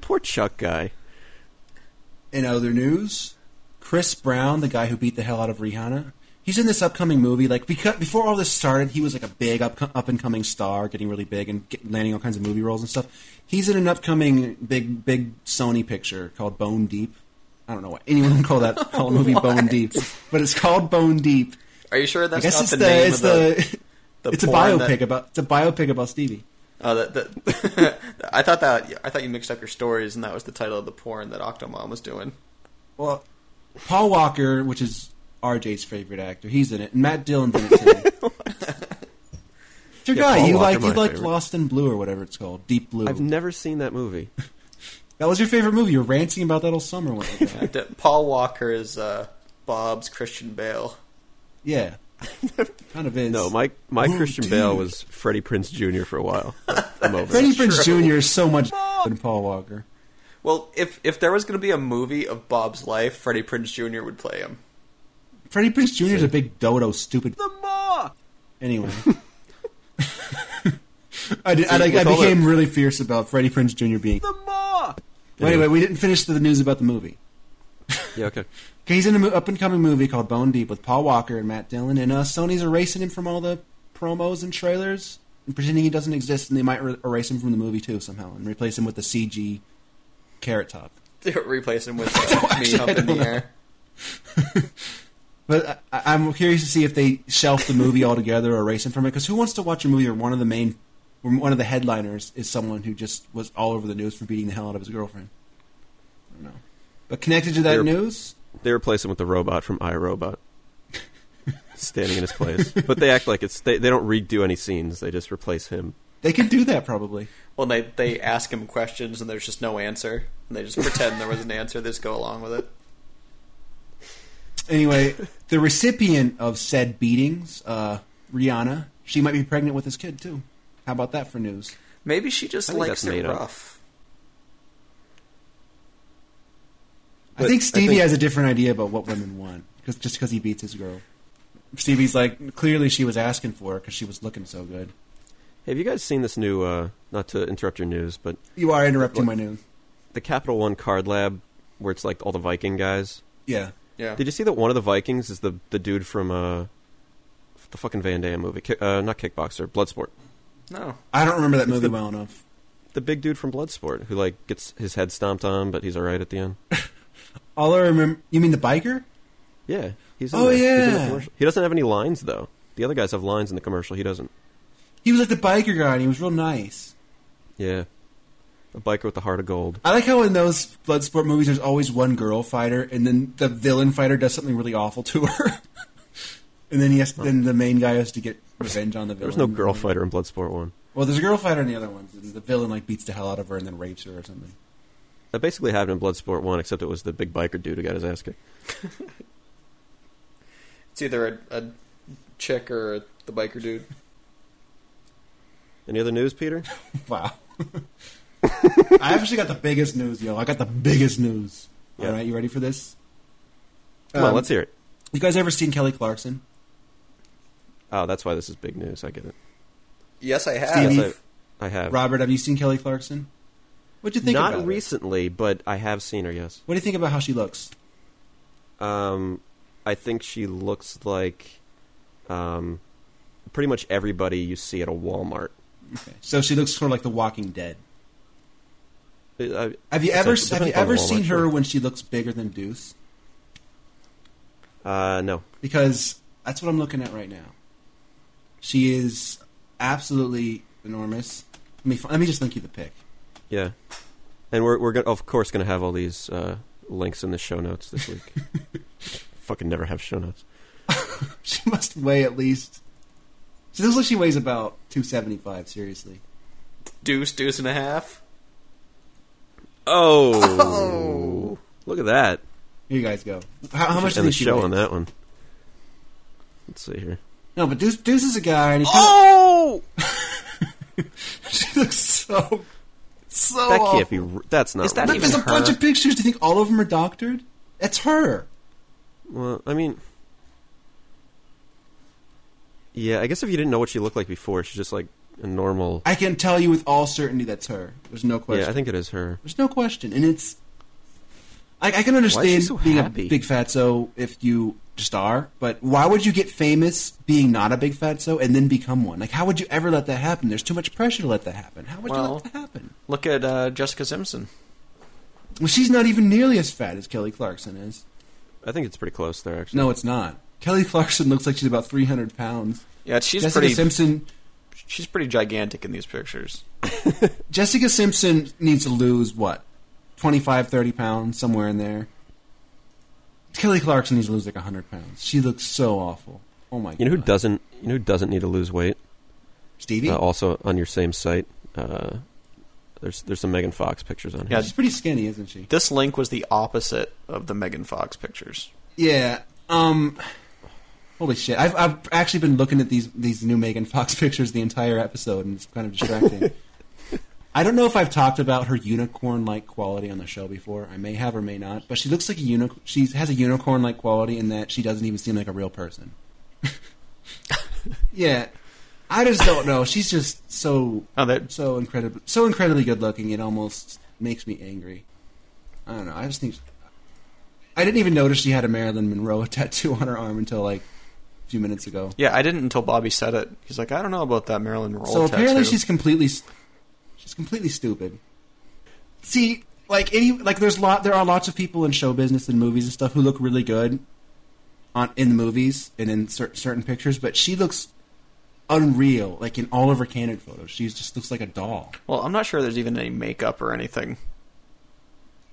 Speaker 1: Poor Chuck guy.
Speaker 3: In other news, Chris Brown, the guy who beat the hell out of Rihanna, he's in this upcoming movie. Like because before all this started, he was like a big up up and coming star, getting really big and get, landing all kinds of movie roles and stuff. He's in an upcoming big big Sony picture called Bone Deep. I don't know what anyone would call
Speaker 2: (laughs)
Speaker 3: that call a movie Bone Deep, but it's called Bone Deep.
Speaker 2: Are you sure
Speaker 3: I
Speaker 2: that's
Speaker 3: guess
Speaker 2: not
Speaker 3: it's
Speaker 2: the
Speaker 3: the,
Speaker 2: name
Speaker 3: it's
Speaker 2: of the?
Speaker 3: the,
Speaker 2: the
Speaker 3: it's a
Speaker 2: porn
Speaker 3: biopic
Speaker 2: that-
Speaker 3: about it's a biopic about Stevie.
Speaker 2: Oh, that, that (laughs) I thought that I thought you mixed up your stories, and that was the title of the porn that Octomom was doing.
Speaker 3: Well, Paul Walker, which is RJ's favorite actor, he's in it. And Matt Dillon's in it
Speaker 1: (laughs)
Speaker 3: too. It's your
Speaker 1: Yeah,
Speaker 3: guy.
Speaker 1: Paul
Speaker 3: you
Speaker 1: Walker,
Speaker 3: like you
Speaker 1: my
Speaker 3: liked
Speaker 1: favorite.
Speaker 3: Lost in Blue or whatever it's called, Deep Blue.
Speaker 1: I've never seen that movie.
Speaker 3: that was your favorite movie. You're ranting about that all summer. When
Speaker 1: (laughs)
Speaker 3: it came out.
Speaker 2: D- Paul Walker is uh, Bob's Christian Bale.
Speaker 3: yeah, kind of is.
Speaker 1: No, my my
Speaker 3: Whoa,
Speaker 1: Christian
Speaker 3: dude.
Speaker 1: Bale was Freddie Prince Jr. for a while. I'm over it.
Speaker 3: Freddie Prinze Jr. is so much than Paul Walker.
Speaker 2: Well, if if there was going to be a movie of Bob's life, Freddie Prince Jr. would play him. (laughs)
Speaker 3: Freddie Prinze Jr. is a big dodo, stupid.
Speaker 1: The more. (laughs)
Speaker 3: Anyway. I, did, I, like, I
Speaker 1: With all the-
Speaker 3: became really fierce about Freddie Prinze Jr. being.
Speaker 1: The more.
Speaker 3: But anyway, we didn't finish the news about the movie.
Speaker 1: Yeah, okay.
Speaker 3: Okay, he's in an up and coming movie called Bone Deep with Paul Walker and Matt Dillon, and uh, Sony's erasing him from all the promos and trailers. and pretending he doesn't exist, and they might er- erase him from the movie too somehow and replace him with the CG carrot top.
Speaker 2: Replace him with uh, me up in the air.
Speaker 3: But uh, I, I'm curious to see if they shelf the movie (laughs) altogether or erase him from it. Because who wants to watch a movie where one of the main, where one of the headliners is someone who just was all over the news for beating the hell out of his girlfriend? I don't know. But connected to that
Speaker 1: They're-
Speaker 3: news,
Speaker 1: They replace him with the robot from iRobot, standing in his place. But they act like it's they, they don't redo any scenes. They just replace him.
Speaker 3: they could do that probably.
Speaker 2: Well, they they ask him questions and there's just no answer, and they just pretend there was an answer. They just go along with it.
Speaker 3: Anyway, the recipient of said beatings, uh, Rihanna, she might be pregnant with his kid too. How about that for news?
Speaker 2: Maybe she just
Speaker 1: I think
Speaker 2: likes
Speaker 1: that's
Speaker 2: it
Speaker 1: made up.
Speaker 2: rough.
Speaker 3: I
Speaker 1: But
Speaker 3: think
Speaker 1: I
Speaker 3: Stevie
Speaker 1: think-
Speaker 3: has a different idea about what women want, cause, just because he beats his girl. Stevie's like, clearly she was asking for it because she was looking so good.
Speaker 1: Have you guys seen this new? Uh, not to interrupt your news, but
Speaker 3: You are interrupting my news.
Speaker 1: the Capital One Card Lab, where it's like all the Viking guys.
Speaker 3: Yeah.
Speaker 2: Yeah.
Speaker 1: Did you see that one of the Vikings is the the dude from uh, the fucking Van Damme movie? Ki- uh, not Kickboxer, Bloodsport.
Speaker 2: no.
Speaker 3: I don't remember that
Speaker 1: It's
Speaker 3: movie
Speaker 1: the-
Speaker 3: well enough.
Speaker 1: The big dude from Bloodsport who like gets his head stomped on, but he's all right at the end.
Speaker 3: All I remember. You mean the biker?
Speaker 1: Yeah, he's. In
Speaker 3: Oh,
Speaker 1: the, he's in the
Speaker 3: yeah.
Speaker 1: commercial. he doesn't have any lines though. The other guys have lines in the commercial. He doesn't.
Speaker 3: He was like the biker guy, and he was real nice.
Speaker 1: Yeah, a biker with the heart of gold.
Speaker 3: I like how in those Bloodsport movies, there's always one girl fighter, and then the villain fighter does something really awful to her, (laughs) and then he has, then the main guy has to get revenge on the
Speaker 1: There
Speaker 3: villain.
Speaker 1: was no girl fighter in Bloodsport one.
Speaker 3: Well, there's a girl fighter in the other ones, and the villain like beats the hell out of her and then rapes her or something. (laughs)
Speaker 1: That basically happened in Bloodsport one, except it was the big biker dude who got his ass kicked.
Speaker 2: It's either a, a chick or a, the biker dude.
Speaker 1: Any other news, Peter?
Speaker 3: Wow. (laughs) I actually got the biggest news, yo. I got the biggest news.
Speaker 1: Yeah.
Speaker 3: All right, you ready for this?
Speaker 1: Come on,
Speaker 3: Um,
Speaker 1: let's hear it.
Speaker 3: You guys ever seen Kelly Clarkson?
Speaker 1: Oh, that's why this is big news. I get it.
Speaker 2: Yes, I have.
Speaker 3: Stevie.
Speaker 1: Yes, I, I have.
Speaker 3: Robert, have you seen Kelly Clarkson? What'd you think
Speaker 1: Not
Speaker 3: about her?
Speaker 1: recently, but I have seen her. Yes.
Speaker 3: What do you think about how she looks?
Speaker 1: Um, I think she looks like, um, pretty much everybody you see at a Walmart.
Speaker 3: So she looks sort of like The Walking Dead.
Speaker 1: I- I-
Speaker 3: Have you ever
Speaker 1: Depends
Speaker 3: have you
Speaker 1: on
Speaker 3: ever
Speaker 1: Walmart,
Speaker 3: seen her
Speaker 1: sure.
Speaker 3: when she looks bigger than Deuce?
Speaker 1: Uh, no.
Speaker 3: Because that's what I'm looking at right now. She is absolutely enormous. Let me fi- let me just link you the pic. (laughs)
Speaker 1: Yeah. And we're we're gonna, of course going to have all these uh, links in the show notes this
Speaker 3: (laughs)
Speaker 1: week. Fucking never have show notes.
Speaker 3: She must weigh at least. She looks like she weighs about 275. Seriously,
Speaker 2: Deuce, deuce and a half.
Speaker 1: Oh, look at that!
Speaker 3: here you guys go. How, how much
Speaker 1: And the
Speaker 3: does she
Speaker 1: show
Speaker 3: weigh?
Speaker 1: on that one. Let's see here.
Speaker 3: No, but Deuce, Deuce is a guy, and he's
Speaker 1: Oh,
Speaker 3: (laughs) she looks so so.
Speaker 1: that
Speaker 3: awful.
Speaker 1: can't be. r- That's not.
Speaker 2: Is
Speaker 1: right.
Speaker 2: that
Speaker 3: Look, there's a
Speaker 2: even
Speaker 3: bunch
Speaker 2: her.
Speaker 3: of pictures. Do you think all of them are doctored? That's her.
Speaker 1: Well, I mean, yeah, I guess if you didn't know what she looked like before, she's just like a normal.
Speaker 3: I can tell you with all certainty that's her. There's no question.
Speaker 1: Yeah, I think it is her.
Speaker 3: There's no question, and it's. I, I can understand
Speaker 1: so
Speaker 3: being
Speaker 1: happy?
Speaker 3: a big fatso if you just are, but why would you get famous being not a big fatso and then become one? Like, how would you ever let that happen? There's too much pressure to let that happen. How would you
Speaker 2: Well-
Speaker 3: let that happen?
Speaker 2: Look at uh, Jessica Simpson.
Speaker 3: Well, she's not even nearly as fat as Kelly Clarkson is.
Speaker 1: I think it's pretty close there, actually.
Speaker 3: No, it's not. Kelly Clarkson looks like she's about 300 pounds.
Speaker 2: Yeah, she's
Speaker 3: Jessica
Speaker 2: pretty.
Speaker 3: Simpson.
Speaker 2: she's pretty gigantic in these pictures.
Speaker 3: Jessica Simpson needs to lose what 25, 30 pounds somewhere in there. Kelly Clarkson needs to lose like 100 pounds. She looks so awful. Oh my god.
Speaker 1: You know who doesn't? You know who doesn't need to lose weight?
Speaker 3: Stevie?
Speaker 1: Uh, also on your same site, uh, there's there's some Megan Fox pictures on here.
Speaker 2: Yeah.
Speaker 3: She's pretty skinny, isn't she?
Speaker 2: This link was the opposite of the Megan Fox pictures.
Speaker 3: Yeah. Um Holy shit. I've I've actually been looking at these these new Megan Fox (laughs) pictures the entire episode and it's kind of
Speaker 2: (laughs)
Speaker 3: distracting. I don't know if I've talked about her unicorn-like quality on the show before. I may have or may not, but she looks like a unicorn. She has a unicorn-like quality in that she doesn't even seem like a real person.
Speaker 2: (laughs)
Speaker 3: yeah, I just don't know. She's just so
Speaker 2: Oh, that
Speaker 3: so incredibly so incredibly good looking it almost makes me angry i don't know i just (laughs) think i didn't even notice she had a marilyn monroe tattoo on her arm until like few minutes ago.
Speaker 2: Yeah, I didn't until Bobby said it. He's like, I don't know about that Marilyn Monroe
Speaker 3: So apparently
Speaker 2: tattoo."
Speaker 3: she's completely s- she's completely stupid. See, like any like there's lot there are lots of people in show business and movies and stuff who look really good on in the movies and in cer- certain pictures, but she looks unreal. Like in all of her candid photos, she just looks like a doll.
Speaker 2: Well, I'm not sure there's even any makeup or anything.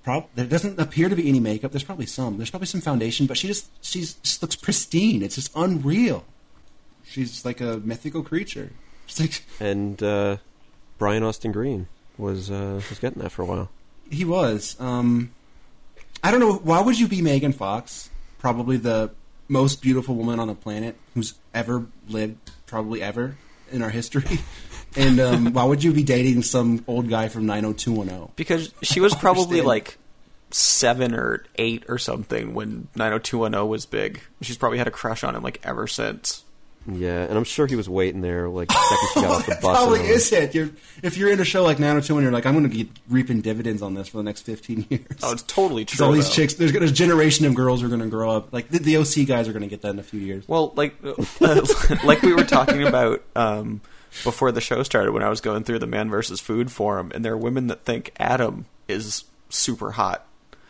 Speaker 3: Prob- there doesn't appear to be any makeup. There's probably some. There's probably some foundation, but she just she's just looks pristine. It's just unreal. She's like a mythical creature. She's like
Speaker 1: And uh, Brian Austin Green was uh, was getting that for a while.
Speaker 3: He was. Um, I don't know. Why would you be Megan Fox? Probably the most beautiful woman on the planet who's ever lived, probably ever in our history. (laughs) And um, why would you be dating some old guy from 90210?
Speaker 2: Because she
Speaker 3: (laughs)
Speaker 2: was probably
Speaker 3: understand.
Speaker 2: like seven or eight or something when 90210 was big. She's probably had a crush on him like ever since.
Speaker 1: Yeah, and I'm sure he was waiting there like the second she got off
Speaker 3: (laughs)
Speaker 1: the
Speaker 3: That
Speaker 1: bus.
Speaker 3: probably
Speaker 1: and all.
Speaker 3: is it. You're, if you're in a show like 90210, you're like, I'm going to get reaping dividends on this for the next 15 (laughs) years.
Speaker 2: Oh, it's totally true.
Speaker 3: Because all these
Speaker 2: though.
Speaker 3: chicks, there's, there's a generation of girls who are going to grow up. Like, the, the OC guys are going to get that in a few years.
Speaker 2: Well, like uh, (laughs) like we were talking about um, before the show started when I was going through the man versus food forum, and there are women that think Adam is super hot.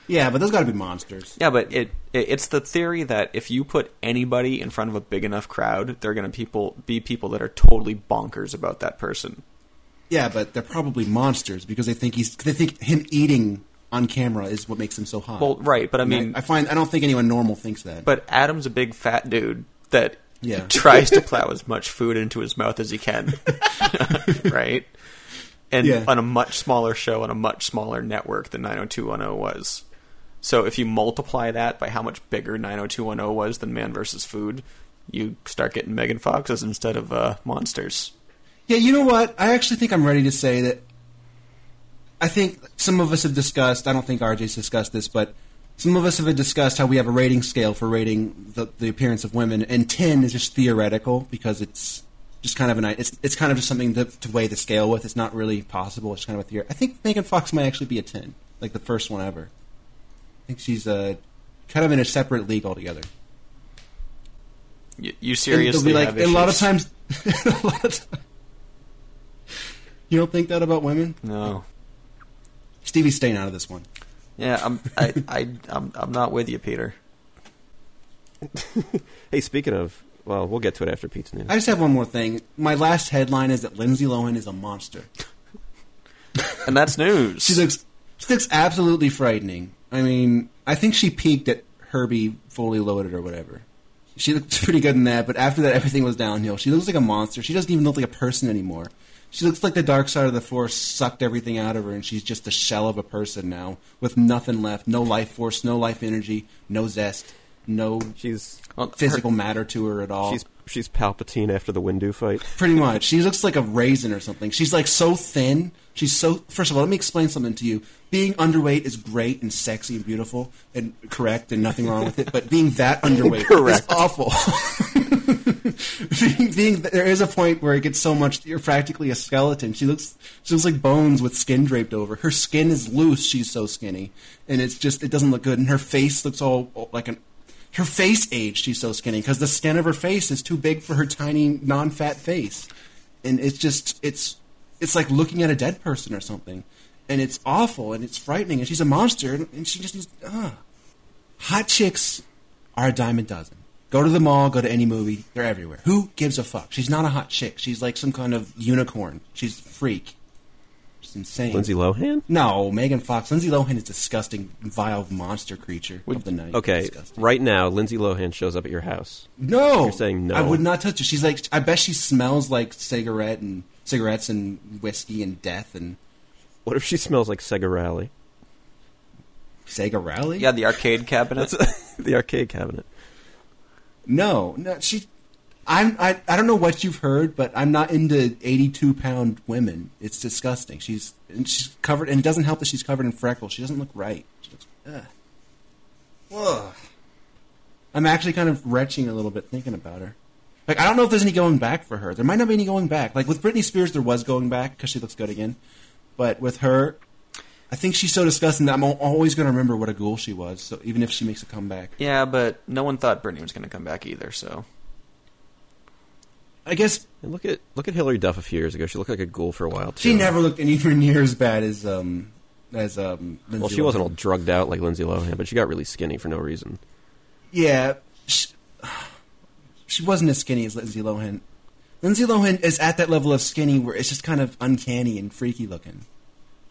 Speaker 3: Yeah, but those got to be monsters.
Speaker 2: Yeah, but it, it it's the theory that if you put anybody in front of a big enough crowd, they're going to people be people that are totally bonkers about that person.
Speaker 3: Yeah, but they're probably monsters because they think he's they think him eating on camera is what makes him so hot.
Speaker 2: Well, right, but I
Speaker 3: And
Speaker 2: mean-
Speaker 3: I find I don't think anyone normal thinks that.
Speaker 2: But Adam's a big fat dude that
Speaker 3: Yeah.
Speaker 2: (laughs) tries to plow as much food into his mouth as he can, (laughs) right? And
Speaker 3: Yeah.
Speaker 2: on a much smaller show on a much smaller network than 90210 was. So if you multiply that by how much bigger 90210 was than Man vs. Food, you start getting Megan Foxes instead of uh, monsters.
Speaker 3: yeah, you know what? I actually think I'm ready to say that. I think some of us have discussed. I don't think RJ's discussed this, but some of us have discussed how we have a rating scale for rating the, the appearance of women, and ten is just theoretical because it's just kind of an it's it's kind of just something to, to weigh the scale with. It's not really possible. It's kind of a theory. I think Megan Fox might actually be a ten, like the first one ever. I think she's uh, kind of in a separate league altogether.
Speaker 2: You, you
Speaker 3: And they'll
Speaker 2: seriously
Speaker 3: be like-
Speaker 2: have
Speaker 3: and a lot of
Speaker 2: issues.
Speaker 3: times, (laughs) a lot of times. You don't think that about women?
Speaker 2: No.
Speaker 3: Stevie's staying out of this one.
Speaker 2: Yeah, I'm I, I I'm I'm not with you, Peter.
Speaker 1: Hey, speaking of, well, we'll get to it after pizza news.
Speaker 3: I just have one more thing. My last headline is that Lindsay Lohan is a monster.
Speaker 2: And that's news.
Speaker 3: She looks, she looks absolutely frightening. I mean, I think she peaked at Herbie Fully Loaded or whatever. She looked (laughs) pretty good in that, but after that, everything was downhill. She looks like a monster. She doesn't even look like a person anymore. She looks like the dark side of the force sucked everything out of her, and she's just a shell of a person now with nothing left no life force, no life energy, no zest, no
Speaker 1: she's
Speaker 3: Oh.
Speaker 2: Well, her-
Speaker 3: physical matter to her at all.
Speaker 1: she's she's Palpatine after the Windu fight.
Speaker 3: Pretty much. She looks like a raisin or something. She's like so thin. She's so. First of all, let me explain something to you. Being underweight is great and sexy and beautiful and correct and nothing wrong with it, but being that underweight
Speaker 1: Correct.
Speaker 3: is awful. (laughs) being, being, there is a point where it gets so much that you're practically a skeleton. She looks, she looks like bones with skin draped over. Her skin is loose. She's so skinny, and it's just it doesn't look good. And her face looks all like an. Her face aged. She's so skinny because the skin of her face is too big for her tiny non-fat face, and it's just it's it's like looking at a dead person or something, and it's awful and it's frightening and she's a monster and, and she just needs. Uh. Hot chicks are a dime a dozen. Go to the mall, go to any movie, they're everywhere. Who gives a fuck? She's not a hot chick. She's like some kind of unicorn. She's a freak. She's insane.
Speaker 1: Lindsay Lohan.
Speaker 3: No, Megan Fox. Lindsay Lohan is disgusting, vile monster creature of the night.
Speaker 1: Okay,
Speaker 3: Disgusting.
Speaker 1: right now Lindsay Lohan shows up at your house.
Speaker 3: No,
Speaker 1: You're saying no.
Speaker 3: I would not touch her. She's like, I bet she smells like cigarette and cigarettes and whiskey and death and
Speaker 1: What if she smells like Sega Rally,
Speaker 3: Sega Rally.
Speaker 2: Yeah, the
Speaker 3: (laughs)
Speaker 2: arcade cabinet.
Speaker 1: the arcade cabinet?
Speaker 3: No, no, she. I'm. I. I don't know what you've heard, but I'm not into 82 pound women. It's disgusting. She's and she's covered, and it doesn't help that she's covered in freckles. She doesn't look right. She looks, ugh. Ugh. I'm actually kind of retching a little bit thinking about her. Like I don't know if there's any going back for her. There might not be any going back. Like with Britney Spears, there was going back because she looks good again. But with her, I think she's so disgusting that I'm al- always going to remember what a ghoul she was. So even if she makes a comeback,
Speaker 2: yeah, but no one thought Britney was going to come back either. So
Speaker 3: I guess
Speaker 1: And look at look at Hillary Duff a few years ago. She looked like a ghoul for a while. Too.
Speaker 3: she never looked anywhere (laughs) near as bad as um as um. Lindsay
Speaker 1: Well, she
Speaker 3: Lohan.
Speaker 1: wasn't all drugged out like Lindsay Lohan, but she got really skinny for no reason.
Speaker 3: Yeah, she, she wasn't as skinny as Lindsay Lohan. Lindsay Lohan is at that level of skinny where it's just kind of uncanny and freaky looking.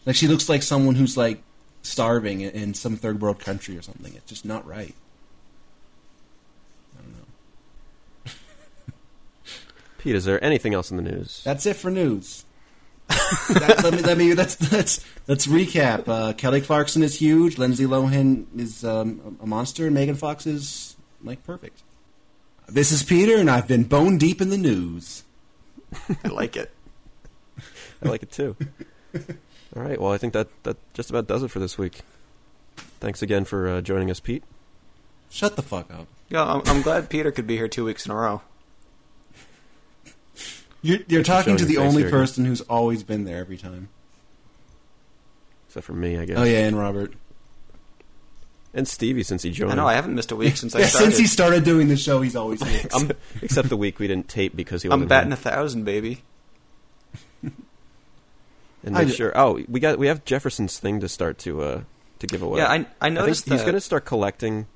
Speaker 3: Like she looks like someone who's like starving in- in some third world country or something. It's just not right. I don't know.
Speaker 1: Pete, is there anything else in the news?
Speaker 3: That's it for news. That- let me let me let's let's let's recap. Uh, Kelly Clarkson is huge. Lindsay Lohan is um, a monster, and Megan Fox is like perfect. This is Peter, and I've been bone deep in the news.
Speaker 2: I like it. (laughs)
Speaker 1: I like it too. All right. Well, I think that that just about does it for this week. Thanks again for uh, joining us, Pete.
Speaker 3: Shut the fuck up.
Speaker 2: Yeah, I'm, I'm glad Peter could be here two weeks in a row.
Speaker 3: You're, you're
Speaker 1: showing
Speaker 3: talking to the
Speaker 1: your face
Speaker 3: only
Speaker 1: here.
Speaker 3: person who's always been there every time.
Speaker 1: Except for me, I guess.
Speaker 3: Oh yeah, and Robert.
Speaker 1: And Stevie, since he joined.
Speaker 2: I know I haven't missed a week since I
Speaker 3: (laughs) Yeah,
Speaker 2: started.
Speaker 3: since he started doing the show, he's always here.
Speaker 2: I'm,
Speaker 1: Um, Except the week we didn't tape because he.
Speaker 2: I'm
Speaker 1: wasn't
Speaker 2: batting
Speaker 1: here.
Speaker 2: a thousand, baby.
Speaker 1: And
Speaker 3: I
Speaker 1: make
Speaker 3: ju-
Speaker 1: sure. Oh, we got we have Jefferson's thing to start to uh to give away.
Speaker 2: yeah, I I
Speaker 1: I think
Speaker 2: noticed
Speaker 1: he's
Speaker 2: that-
Speaker 1: going to start collecting.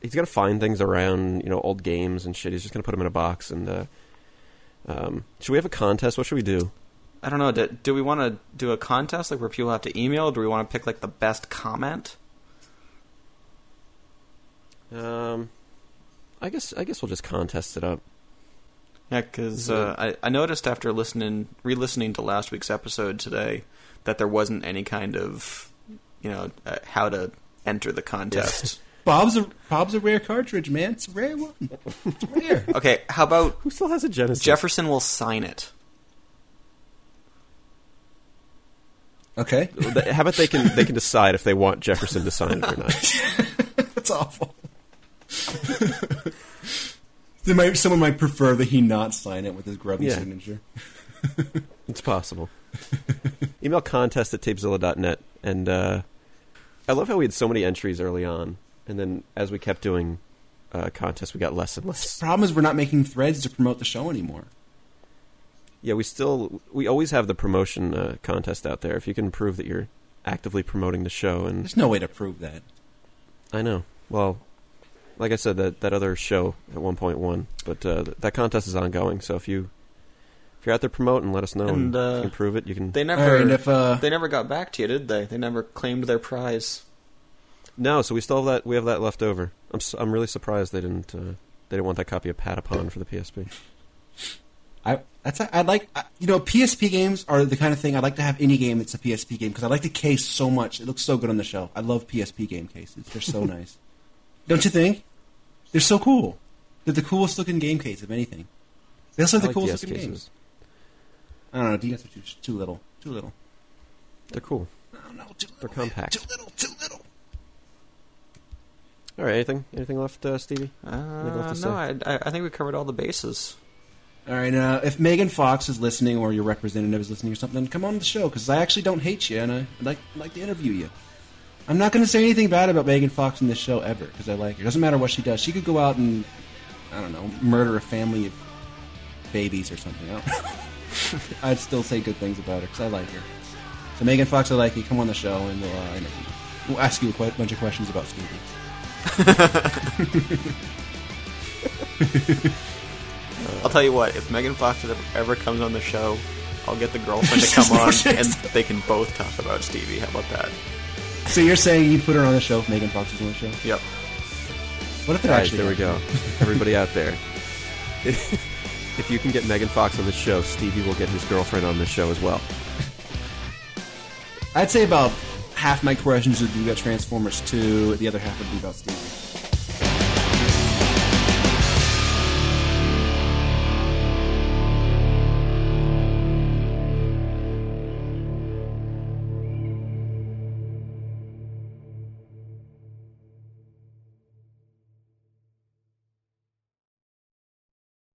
Speaker 1: He's going to find things around, you know, old games and shit. He's just going to put them in a box. And uh, um, should we have a contest? What should we do?
Speaker 2: I don't know. Do, do we want to do a contest like where people have to email? Do we want to pick like the best comment?
Speaker 1: Um, I guess I guess we'll just contest it up.
Speaker 2: Yeah, because uh, I I noticed after listening re-listening to last week's episode today that there wasn't any kind of you know uh, how to enter the contest.
Speaker 3: Bob's a Bob's a rare cartridge, man. It's a rare one. It's rare.
Speaker 2: okay, how about
Speaker 1: Who still has a Genesis?
Speaker 2: Jefferson will sign it?
Speaker 3: okay,
Speaker 1: How about they can they can decide if they want Jefferson to sign it or not?
Speaker 3: that's (laughs) awful. They might, someone might prefer that he not sign it with his grubby
Speaker 1: Yeah.
Speaker 3: signature.
Speaker 1: It's possible. (laughs) Email contest at tapezilla.net. And uh, I love how we had so many entries early on, and then as we kept doing uh, contests, we got less and less.
Speaker 3: Problem is, we're not making threads to promote the show anymore.
Speaker 1: Yeah, we still we always have the promotion uh, contest out there. If you can prove that you're actively promoting the show, and
Speaker 3: There's no way to prove that.
Speaker 1: I know, well, like I said, that that other show at 1.1, but uh, th- that contest is ongoing. So if you if you're out there promoting, let us know and,
Speaker 2: And, uh,
Speaker 1: if you can prove it. You can
Speaker 2: They
Speaker 3: All
Speaker 2: never
Speaker 3: right, and if, uh,
Speaker 2: they never got back to you, did they? They never claimed their prize.
Speaker 1: no. So we still have that we have that left over. I'm s am really surprised they didn't uh, they didn't want that copy of Patapon for the PSP.
Speaker 3: I that's I like I, you know PSP games are the kind of thing I like to have any game that's a PSP game because I like the case so much. It looks so good on the shelf. I love PSP game cases. They're
Speaker 1: (laughs)
Speaker 3: so nice. Don't you think? They're so cool. They're the coolest looking game case of anything. They also
Speaker 1: I
Speaker 3: have the
Speaker 1: like
Speaker 3: coolest
Speaker 1: DS
Speaker 3: looking
Speaker 1: cases.
Speaker 3: games. I don't know. DS are too, too little. Too little.
Speaker 1: They're cool.
Speaker 3: I don't know. Too little.
Speaker 1: They're compact.
Speaker 3: Too little. Too little.
Speaker 1: All right, anything anything left, uh, Stevie?
Speaker 2: Uh,
Speaker 1: to
Speaker 2: no, I, I I think we covered all the bases.
Speaker 3: All right. Uh, if Megan Fox is listening or your representative is listening or something, come on the show because I actually don't hate you and I, I'd like I'd like to interview you. I'm not going to say anything bad about Megan Fox in this show ever because I like her. Doesn't matter what she does. She could go out and I don't know murder a family of babies or something. I don't (laughs) I'd still say good things about her because I like her. So Megan Fox, I like you. Come on the show and we'll uh, interview. you. We'll ask you a quite bunch of questions about Scooby.
Speaker 2: I'll tell you what, if Megan Fox ever comes on the show, I'll get the girlfriend to come on and they can both talk about Stevie. How about that?
Speaker 3: So you're saying you'd put her on the show if Megan Fox was on the show?
Speaker 2: Yep.
Speaker 3: What if they're
Speaker 1: All right,
Speaker 3: actually?
Speaker 1: there we go. Everybody out there, if you can get Megan Fox on the show, Stevie will get his girlfriend on the show as well.
Speaker 3: I'd say about half my questions would be about Transformers 2, the other half would be about Stevie.